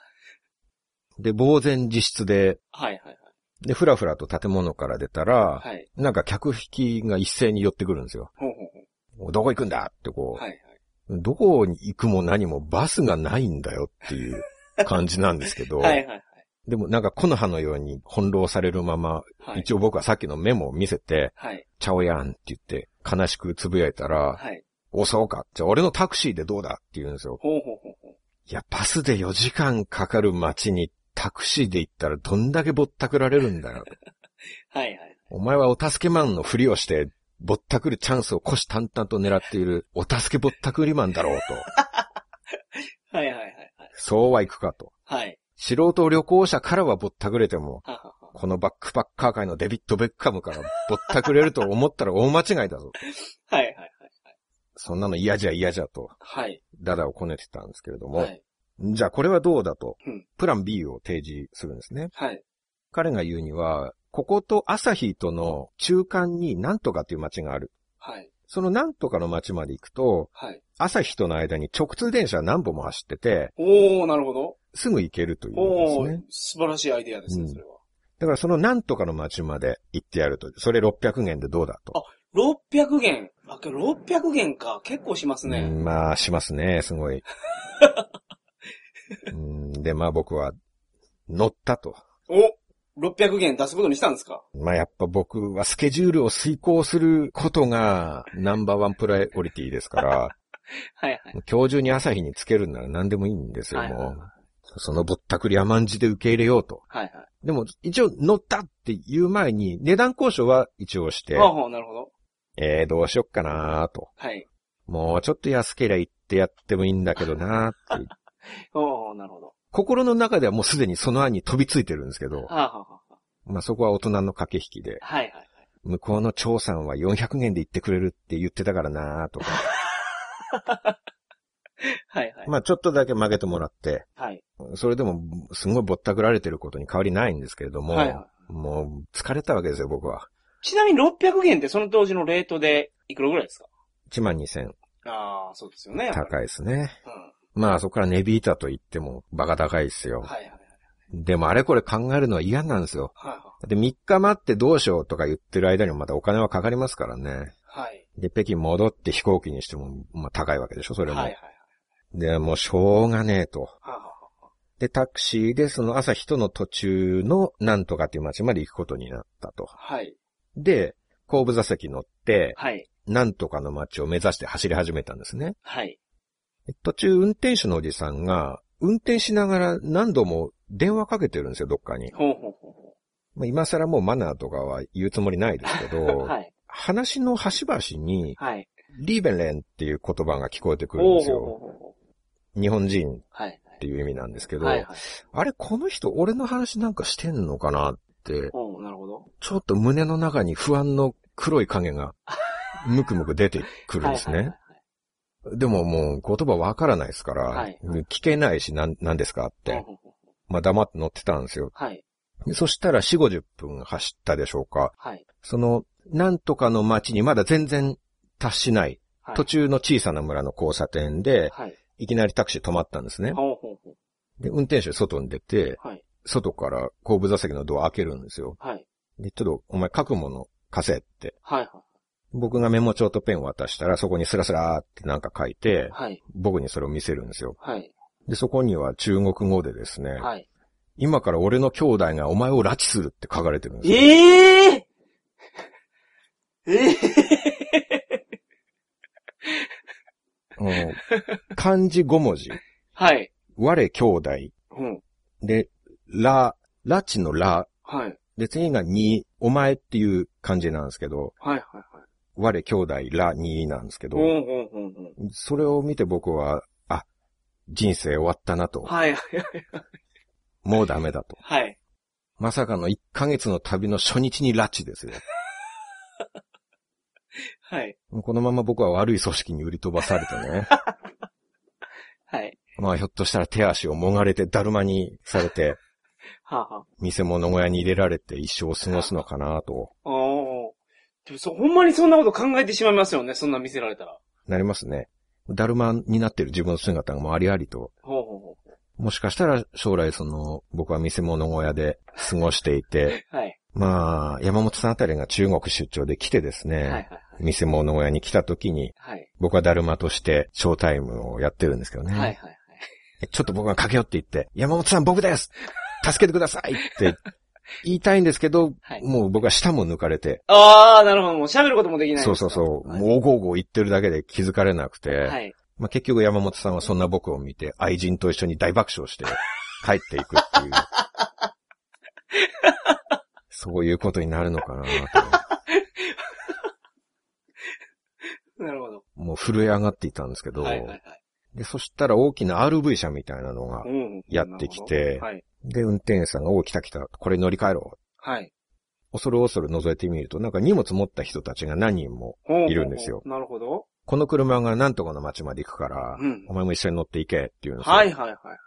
Speaker 2: で、呆然自失で、
Speaker 3: はいはい
Speaker 2: で、ふらふらと建物から出たら、
Speaker 3: はい。はい。
Speaker 2: なんか客引きが一斉に寄ってくるんですよ。
Speaker 3: ほうほうほう。
Speaker 2: おどこ行くんだってこう、
Speaker 3: はいはい。
Speaker 2: どこに行くも何もバスがないんだよっていう感じなんですけど、
Speaker 3: はいはい
Speaker 2: でもなんか木の葉のように翻弄されるまま、
Speaker 3: はい。
Speaker 2: 一応僕はさっきのメモを見せて、
Speaker 3: はい。
Speaker 2: ちゃおやんって言って悲しくつぶやいたら、
Speaker 3: はい。
Speaker 2: お、そうか。じゃあ俺のタクシーでどうだって言うんですよ。
Speaker 3: ほうほうほうほう。
Speaker 2: いや、バスで4時間かかる街にタクシーで行ったらどんだけぼったくられるんだ よ。
Speaker 3: はいはい。
Speaker 2: お前はお助けマンのふりをして、ぼったくるチャンスを虎視眈々と狙っている、お助けぼったくりマンだろうと。
Speaker 3: はいはいはい。
Speaker 2: そうはいくかと。
Speaker 3: はい。
Speaker 2: 素人旅行者からはぼったくれても、
Speaker 3: ははは。
Speaker 2: このバックパッカー界のデビッド・ベッカムからぼったくれると思ったら大間違いだぞ。
Speaker 3: はいはいはい。
Speaker 2: そんなの嫌じゃ嫌じゃと、
Speaker 3: はい。
Speaker 2: ダダをこねてたんですけれども、
Speaker 3: はい。
Speaker 2: じゃあこれはどうだと
Speaker 3: うん、
Speaker 2: プラン B を提示するんですね。
Speaker 3: はい。
Speaker 2: 彼が言うには、ここと朝日との中間になんとかっていう街がある。
Speaker 3: はい。
Speaker 2: そのなんとかの街まで行くと、
Speaker 3: はい。
Speaker 2: 朝日との間に直通電車何本も走ってて、
Speaker 3: おー、なるほど。
Speaker 2: すぐ行けるということです
Speaker 3: おー
Speaker 2: ね。、
Speaker 3: 素晴らしいアイデアですね、それは。
Speaker 2: だからそのなんとかの町まで行ってやると、それ600円でどうだと。
Speaker 3: 600元。あ、けど600元か。結構します
Speaker 2: う
Speaker 3: ね。
Speaker 2: んまあ、しますね、す ごい。うんで、まあ僕は乗ったと。
Speaker 3: お !600 元出すことにしたんですか
Speaker 2: まあやっぱ僕はスケジュールを遂行することがナンバーワンプライオリティです から、
Speaker 3: はいはい。
Speaker 2: 今日中に朝日につけるんなら何でもいいんですよ、
Speaker 3: はいはいはい
Speaker 2: もう。そのぼったくり甘んじで受け入れようと。
Speaker 3: はい
Speaker 2: でも、一応乗ったって言う前に、値段交渉は一応して、
Speaker 3: はい。ああ、なるほど。
Speaker 2: えー、どうしよっかなーと。
Speaker 3: はい。
Speaker 2: もうちょっと安けりゃ行ってやってもいいんだけどなーって。
Speaker 3: おー、なるほど。
Speaker 2: 心の中ではもうすでにその案に飛びついてるんですけど、
Speaker 3: はあ、はあはあ、
Speaker 2: まあそこは大人の駆け引きで、
Speaker 3: はいはい。
Speaker 2: 向こうの長さんは400円で行ってくれるって言ってたからなーとか、
Speaker 3: はいはい。
Speaker 2: まあちょっとだけ曲げてもらって、
Speaker 3: はい。
Speaker 2: それでもすごいぼったくられてることに変わりないんですけれども、
Speaker 3: はいは
Speaker 2: もう、疲れたわけですよ、僕は。
Speaker 3: ちなみに600元ってその当時のレートでいくらぐらいですか
Speaker 2: 1万2000。
Speaker 3: ああ、そうですよね。やっぱり
Speaker 2: 高いですね。
Speaker 3: うん。
Speaker 2: まあ、そこから値引いたと言っても、バカ高いですよ。
Speaker 3: はいはいはい。
Speaker 2: でも、あれこれ考えるのは嫌なんですよ。
Speaker 3: は
Speaker 2: で、3日待ってどうしようとか言ってる間にもまたお金はかかりますからね。
Speaker 3: いはい。
Speaker 2: で、北京戻って飛行機にしても、まあ、高いわけでしょ、そ
Speaker 3: はい。
Speaker 2: れも。
Speaker 3: はいはい
Speaker 2: で、もう、しょうがねえと。
Speaker 3: はいは
Speaker 2: で、タクシーで、その朝人の途中の、なんとかっていう街まで行くことになったと。
Speaker 3: い。はい。
Speaker 2: で、後部座席乗って、
Speaker 3: はい。
Speaker 2: なんとかの街を目指して走り始めたんですね。
Speaker 3: はい。
Speaker 2: 途中、運転手のおじさんが、運転しながら何度も電話かけてるんですよ、どっかに。
Speaker 3: ほうほうほうほ
Speaker 2: まあ、今更もうマナーとかは言うつもりないですけど、
Speaker 3: う。 はい。
Speaker 2: 話の端々に、
Speaker 3: はい。
Speaker 2: リーベンレンっていう言葉が聞こえてくるん
Speaker 3: ほう
Speaker 2: です
Speaker 3: ほう
Speaker 2: よ。
Speaker 3: ほうほう。
Speaker 2: 日本人っ
Speaker 3: はい。
Speaker 2: ていう意味なんですけど、
Speaker 3: はいはい。
Speaker 2: あれ、この人俺の話なんかしてんのかなって、
Speaker 3: おうなるほど。
Speaker 2: ちょっと胸の中に不安の黒い影 が、ムクムク出てくるんです
Speaker 3: はいはい
Speaker 2: ね。でももう言葉わからないですから、
Speaker 3: はい
Speaker 2: 聞けないし、なん、なんですかっ
Speaker 3: はい。
Speaker 2: て。
Speaker 3: ほうほうほう
Speaker 2: まあ黙って乗ってたんですよ。
Speaker 3: はい。
Speaker 2: でそしたら4、50分走ったでしょうか。
Speaker 3: はい。
Speaker 2: その、なんとかの町にまだ全然達しない、
Speaker 3: はい
Speaker 2: 途中の小さな村の交差点で、
Speaker 3: はい。
Speaker 2: いきなりタクシー止まったんですね。
Speaker 3: ほうほうほ
Speaker 2: で、運転手外に出て、
Speaker 3: う。はい。
Speaker 2: 外から後部座席のドア開けるんですよ。
Speaker 3: はい。
Speaker 2: で、ちょっと、お前書くもの貸せって。
Speaker 3: はいは
Speaker 2: 僕がメモ帳とペンを渡したら、そこにスラスラーってなんか書いて
Speaker 3: い。、はい。
Speaker 2: 僕にそれを見せるんですよ。
Speaker 3: はい。
Speaker 2: で、そこには中国語でですね、
Speaker 3: はい。
Speaker 2: 今から俺の兄弟がお前を拉致するって書かれてるんですよ。
Speaker 3: ええー、ええ
Speaker 2: うん漢字5文字。
Speaker 3: はい。
Speaker 2: 我兄弟。
Speaker 3: うん。
Speaker 2: で、ら、拉致のら。
Speaker 3: はい。
Speaker 2: で、次がに、お前っていう漢字なんですけど、
Speaker 3: はいはいはい。
Speaker 2: 我兄弟らになんですけど
Speaker 3: ほ、うほうほうほう。
Speaker 2: それを見て僕は、あ、人生終わったなと。
Speaker 3: はいはいはい
Speaker 2: もうダメだと。
Speaker 3: はい。
Speaker 2: まさかの1ヶ月の旅の初日に拉致ですよ。
Speaker 3: はい。
Speaker 2: このまま僕は悪い組織に売り飛ばされてね。
Speaker 3: はい。
Speaker 2: まあひょっとしたら手足をもがれてだるまにされて、
Speaker 3: はあ、は
Speaker 2: 見せ物小屋に入れられて一生を過ごすのかなと、
Speaker 3: あ。おーでもそ、ほんまにそんなこと考えてしまいますよね。そんな見せられたら。
Speaker 2: なりますね。だるまになってる自分の姿がもうありありと。
Speaker 3: ほうほうほ
Speaker 2: もしかしたら将来その、僕は見せ物小屋で過ごしていて、
Speaker 3: う。はい。
Speaker 2: まあ、山本さんあたりが中国出張で来てです
Speaker 3: はいはい
Speaker 2: ね、見せ物小屋に来た時に、
Speaker 3: はい。
Speaker 2: 僕はだるまとしてショータイムをやってるんですけどね。
Speaker 3: はいはいはい。
Speaker 2: ちょっと僕が駆け寄って行って、山本さん僕です助けてくださいって言いたいんですけど、
Speaker 3: はい
Speaker 2: もう僕は舌も抜かれて、
Speaker 3: ああ、なるほど。もう喋ることもできない。
Speaker 2: そうそうそう、
Speaker 3: はい、
Speaker 2: もうおごおご言ってるだけで気づかれなくて、
Speaker 3: はい。
Speaker 2: まあ、結局山本さんはそんな僕を見て愛人と一緒に大爆笑して帰っていく っていう、そういうことになるのかなと。
Speaker 3: なるほど。
Speaker 2: もう震え上がっていたんですけど、
Speaker 3: はいはいはい。
Speaker 2: でそしたら大きな RV 車みたいなのが
Speaker 3: う、んうん
Speaker 2: やってきて
Speaker 3: なる
Speaker 2: で、運転手さんが、おう来た来た、これ乗り換えろ。
Speaker 3: ほどはい。はい。
Speaker 2: 恐る恐る覗いてみると、なんか荷物持った人たちが何人も、
Speaker 3: ほうほうほう
Speaker 2: いるんですよ
Speaker 3: なるほど。
Speaker 2: この車がなんとかの町まで行くから、
Speaker 3: うん
Speaker 2: お。前も一緒に乗って行けっていうんですよ
Speaker 3: はいはいはいはい。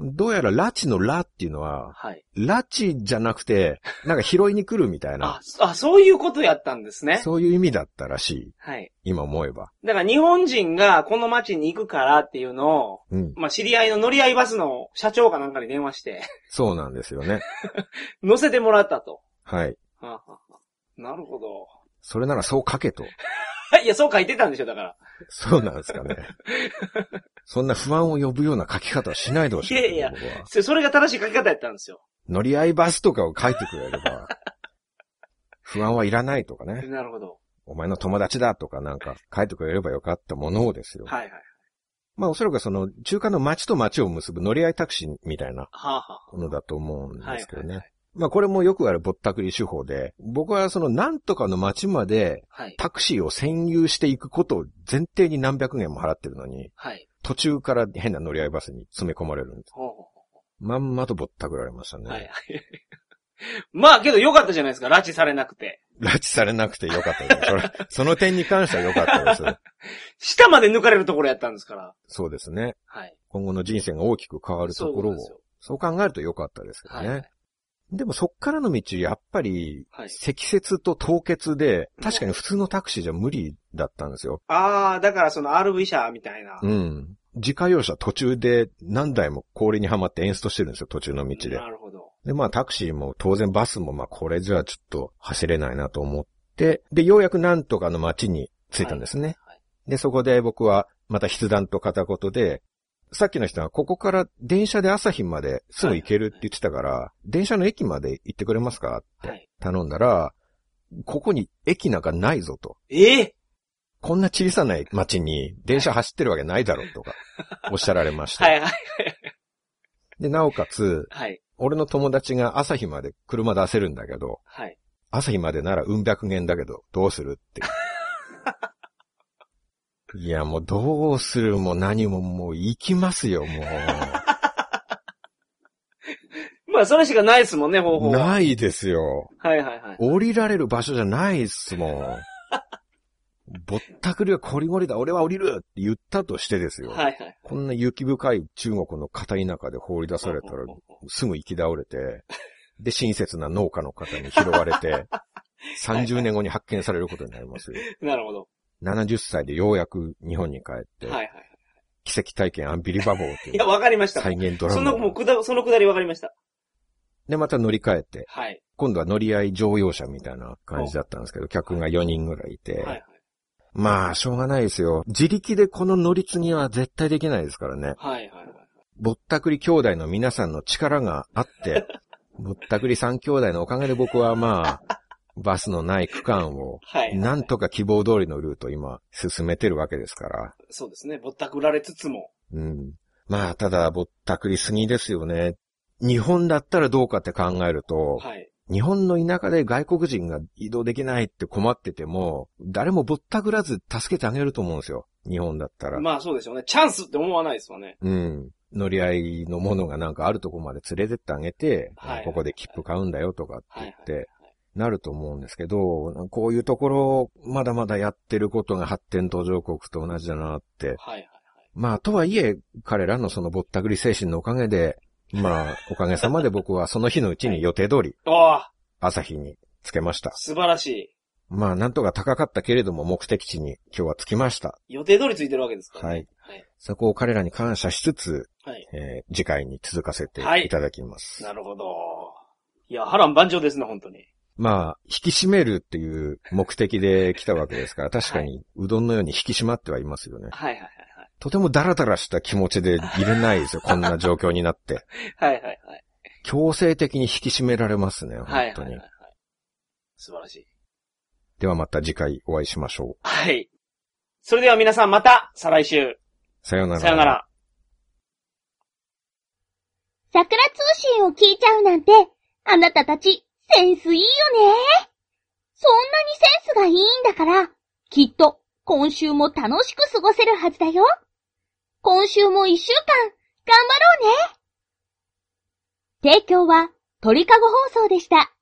Speaker 2: どうやら拉致のラっていうのは、
Speaker 3: はい。
Speaker 2: 拉致じゃなくて、なんか拾いに来るみたい
Speaker 3: あ
Speaker 2: な、、
Speaker 3: そあ、そういうことやったんですね。
Speaker 2: そういう意味だったらしい。
Speaker 3: はい。
Speaker 2: 今思えば。
Speaker 3: だから日本人がこの街に行くからっていうのを、
Speaker 2: うん。
Speaker 3: まあ、知り合いの乗り合いバスの社長かなんかに電話して、
Speaker 2: そうなんですよね。
Speaker 3: 乗せてもらったと。
Speaker 2: はい。
Speaker 3: はあはあはあなるほど。
Speaker 2: それならそう書けと。
Speaker 3: はいいや、そう書いてたんでしょ、だから。
Speaker 2: そうなんですかね。そんな不安を呼ぶような書き方はしないでほしい。
Speaker 3: いやいや
Speaker 2: 僕は
Speaker 3: そそれが正しい書き方やったんですよ。
Speaker 2: 乗り合いバスとかを書いてくれれば、不安はいらないとかね。
Speaker 3: なるほど。
Speaker 2: お前の友達だとかなんか書いてくれればよかったものをですよ。
Speaker 3: はいはい。
Speaker 2: まあおそらくその中間の町と町を結ぶ乗り合いタクシーみたいな
Speaker 3: はあ、はあは
Speaker 2: ものだと思うん
Speaker 3: あ、は
Speaker 2: で
Speaker 3: い
Speaker 2: すけど
Speaker 3: は
Speaker 2: ね。
Speaker 3: いはい。
Speaker 2: まあこれもよくあるぼったくり手法で、僕はそのなんとかの町まで
Speaker 3: はい。
Speaker 2: タクシーを占有していくことを前提に何百元も払ってるのに、
Speaker 3: はい。
Speaker 2: 途中から変な乗り合いバスに詰め込まれるんです。
Speaker 3: ほうほうほ
Speaker 2: まんまとぼったくられました
Speaker 3: う
Speaker 2: ね。
Speaker 3: はいはい。 まあ、けど良かったじゃないですか、拉致されなくて。
Speaker 2: 拉致されなくてよかった です。それその点に関してはよかったです。
Speaker 3: 下まで抜かれるところやったんですから。
Speaker 2: そうですね。
Speaker 3: はい。
Speaker 2: 今後の人生が大きく変わるところを、
Speaker 3: そういうことです
Speaker 2: そう考えるとよかったですけど
Speaker 3: はい
Speaker 2: ね。
Speaker 3: はい。
Speaker 2: でもそっからの道、やっぱり、
Speaker 3: はい。
Speaker 2: 積雪と凍結で、確かに普通のタクシーじゃ無理だったんですよ。
Speaker 3: ああ、だからその RV 車みたいな。
Speaker 2: うん。自家用車途中で何台も氷にはまってエンストしてるんですよ、途中の道で
Speaker 3: な。るほど。
Speaker 2: で、まあタクシーも当然バスもまあこれじゃちょっと走れないなと思って、で、ようやくなんとかの街に着いたんですね。
Speaker 3: はい。
Speaker 2: で、そこで僕はまた筆談と片言で、さっきの人はここから電車で朝日まですぐ行けるって言ってたから、電車の駅まで行ってくれますかって
Speaker 3: はい。
Speaker 2: 頼んだら、ここに駅なんかないぞと。
Speaker 3: ええ
Speaker 2: こんな小さない街に電車走ってるわけないだろうとか、おっしゃられました。
Speaker 3: はいはい。
Speaker 2: で、なおかつ、
Speaker 3: はい。
Speaker 2: 俺の友達が朝日まで車出せるんだけど、
Speaker 3: はい。
Speaker 2: 朝日までならうん百元だけど、どうするって。いや、もうどうするも何ももう行きますよ、も
Speaker 3: まあ、それしかないですもんね、方
Speaker 2: う。
Speaker 3: 法は。
Speaker 2: ないですよ。
Speaker 3: はいはいはい。
Speaker 2: 降りられる場所じゃないっすもん。ぼったくりはこりごりだ、俺は降りるって言ったとしてですよ。
Speaker 3: はいはい。
Speaker 2: こんな雪深い中国の片田舎で放り出されたら、すぐ行き倒れて、で、親切な農家の方に拾われ て、30年後に発見されることになりますよ。
Speaker 3: なるほど。
Speaker 2: 70歳でようやく日本に帰って、
Speaker 3: はいはい。
Speaker 2: 奇跡体験アンビリバボーと
Speaker 3: い
Speaker 2: い
Speaker 3: や、
Speaker 2: う
Speaker 3: わかりました。
Speaker 2: 再現ドラ
Speaker 3: そ
Speaker 2: マ
Speaker 3: の、もう
Speaker 2: を。
Speaker 3: くだ、そのくだりわかりました。
Speaker 2: で、また乗り換えて、
Speaker 3: はい。
Speaker 2: 今度は乗り合い乗用車みたいな感じだったんですけど、客が4人ぐらいいて、
Speaker 3: はいはい。
Speaker 2: まあ、しょうがないですよ。自力でこの乗り継ぎは絶対できないですからね。
Speaker 3: はいはいはい。
Speaker 2: ぼったくり兄弟の皆さんの力があって、ぼったくり三兄弟のおかげで僕はまあ、バスのない区間を、
Speaker 3: はい。
Speaker 2: なんとか希望通りのルートを今、進めてるわけですから。
Speaker 3: そうですね。ぼったくられつつも。
Speaker 2: うん。まあ、ただ、ぼったくりすぎですよね。日本だったらどうかって考えると、
Speaker 3: はい。
Speaker 2: 日本の田舎で外国人が移動できないって困ってても、誰もぼったくらず助けてあげると思うんですよ。日本だったら。
Speaker 3: まあそうでしょうね。チャンスって思わないですよね。
Speaker 2: うん。乗り合いのものがなんかあるとこまで連れてってあげて、
Speaker 3: はい
Speaker 2: ここで切符買うんだよとかって言
Speaker 3: はいはい
Speaker 2: っ。
Speaker 3: はい
Speaker 2: て、なると思うんですけど、こういうところ、まだまだやってることが発展途上国と同じだなって。
Speaker 3: はいはい。
Speaker 2: まあ、とはいえ、彼らのそのぼったくり精神のおかげで、まあ、おかげさまで 僕はその日のうちに予定通り
Speaker 3: ああ、
Speaker 2: 朝日に着けました。
Speaker 3: 素晴らしい。
Speaker 2: まあ、なんとか高かったけれども目的地に今日は着きました。
Speaker 3: 予定通りついてるわけですから、
Speaker 2: はい
Speaker 3: ね。。はい。
Speaker 2: そこを彼らに感謝しつつ、
Speaker 3: はい。
Speaker 2: えー次回に続かせていただきます。
Speaker 3: なるほど。いや、波乱万丈ですね、本当に。
Speaker 2: まあ、引き締めるっていう目的で来たわけですから、確かにうどんのように引き締まってはいますよね。
Speaker 3: はいはいはい
Speaker 2: とてもダラダラした気持ちでいれないですよ、こんな状況になって。
Speaker 3: はい。はいはいはい。
Speaker 2: 強制的に引き締められますね、本当に。
Speaker 3: はいはいはいはい。素晴らしい。
Speaker 2: ではまた次回お会いしましょ
Speaker 3: はい。それでは皆さんまた、再来週。
Speaker 2: う。さようなら。
Speaker 3: さよなら。
Speaker 1: 桜通信を聞いちゃうなんて、あなたたち、センスいいよね。そんなにセンスがいいんだから、きっと、今週も楽しく過ごせるはずだよ。今週も一週間、頑張ろうね。提供は、鳥かご放送でした。